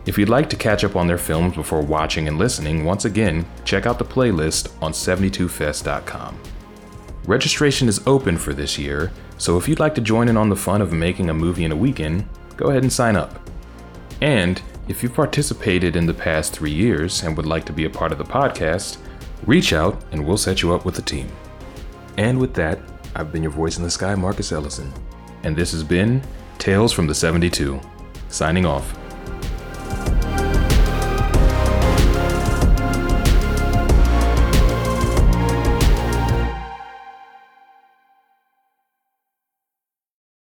A: If you'd like to catch up on their films before watching and listening, once again, check out the playlist on 72fest.com. Registration is open for this year, so if you'd like to join in on the fun of making a movie in a weekend, go ahead and sign up. And if you've participated in the past three years and would like to be a part of the podcast, reach out and we'll set you up with a team. And with that, I've been your voice in the sky, Marcus Ellison. And this has been Tales from the 72, signing off.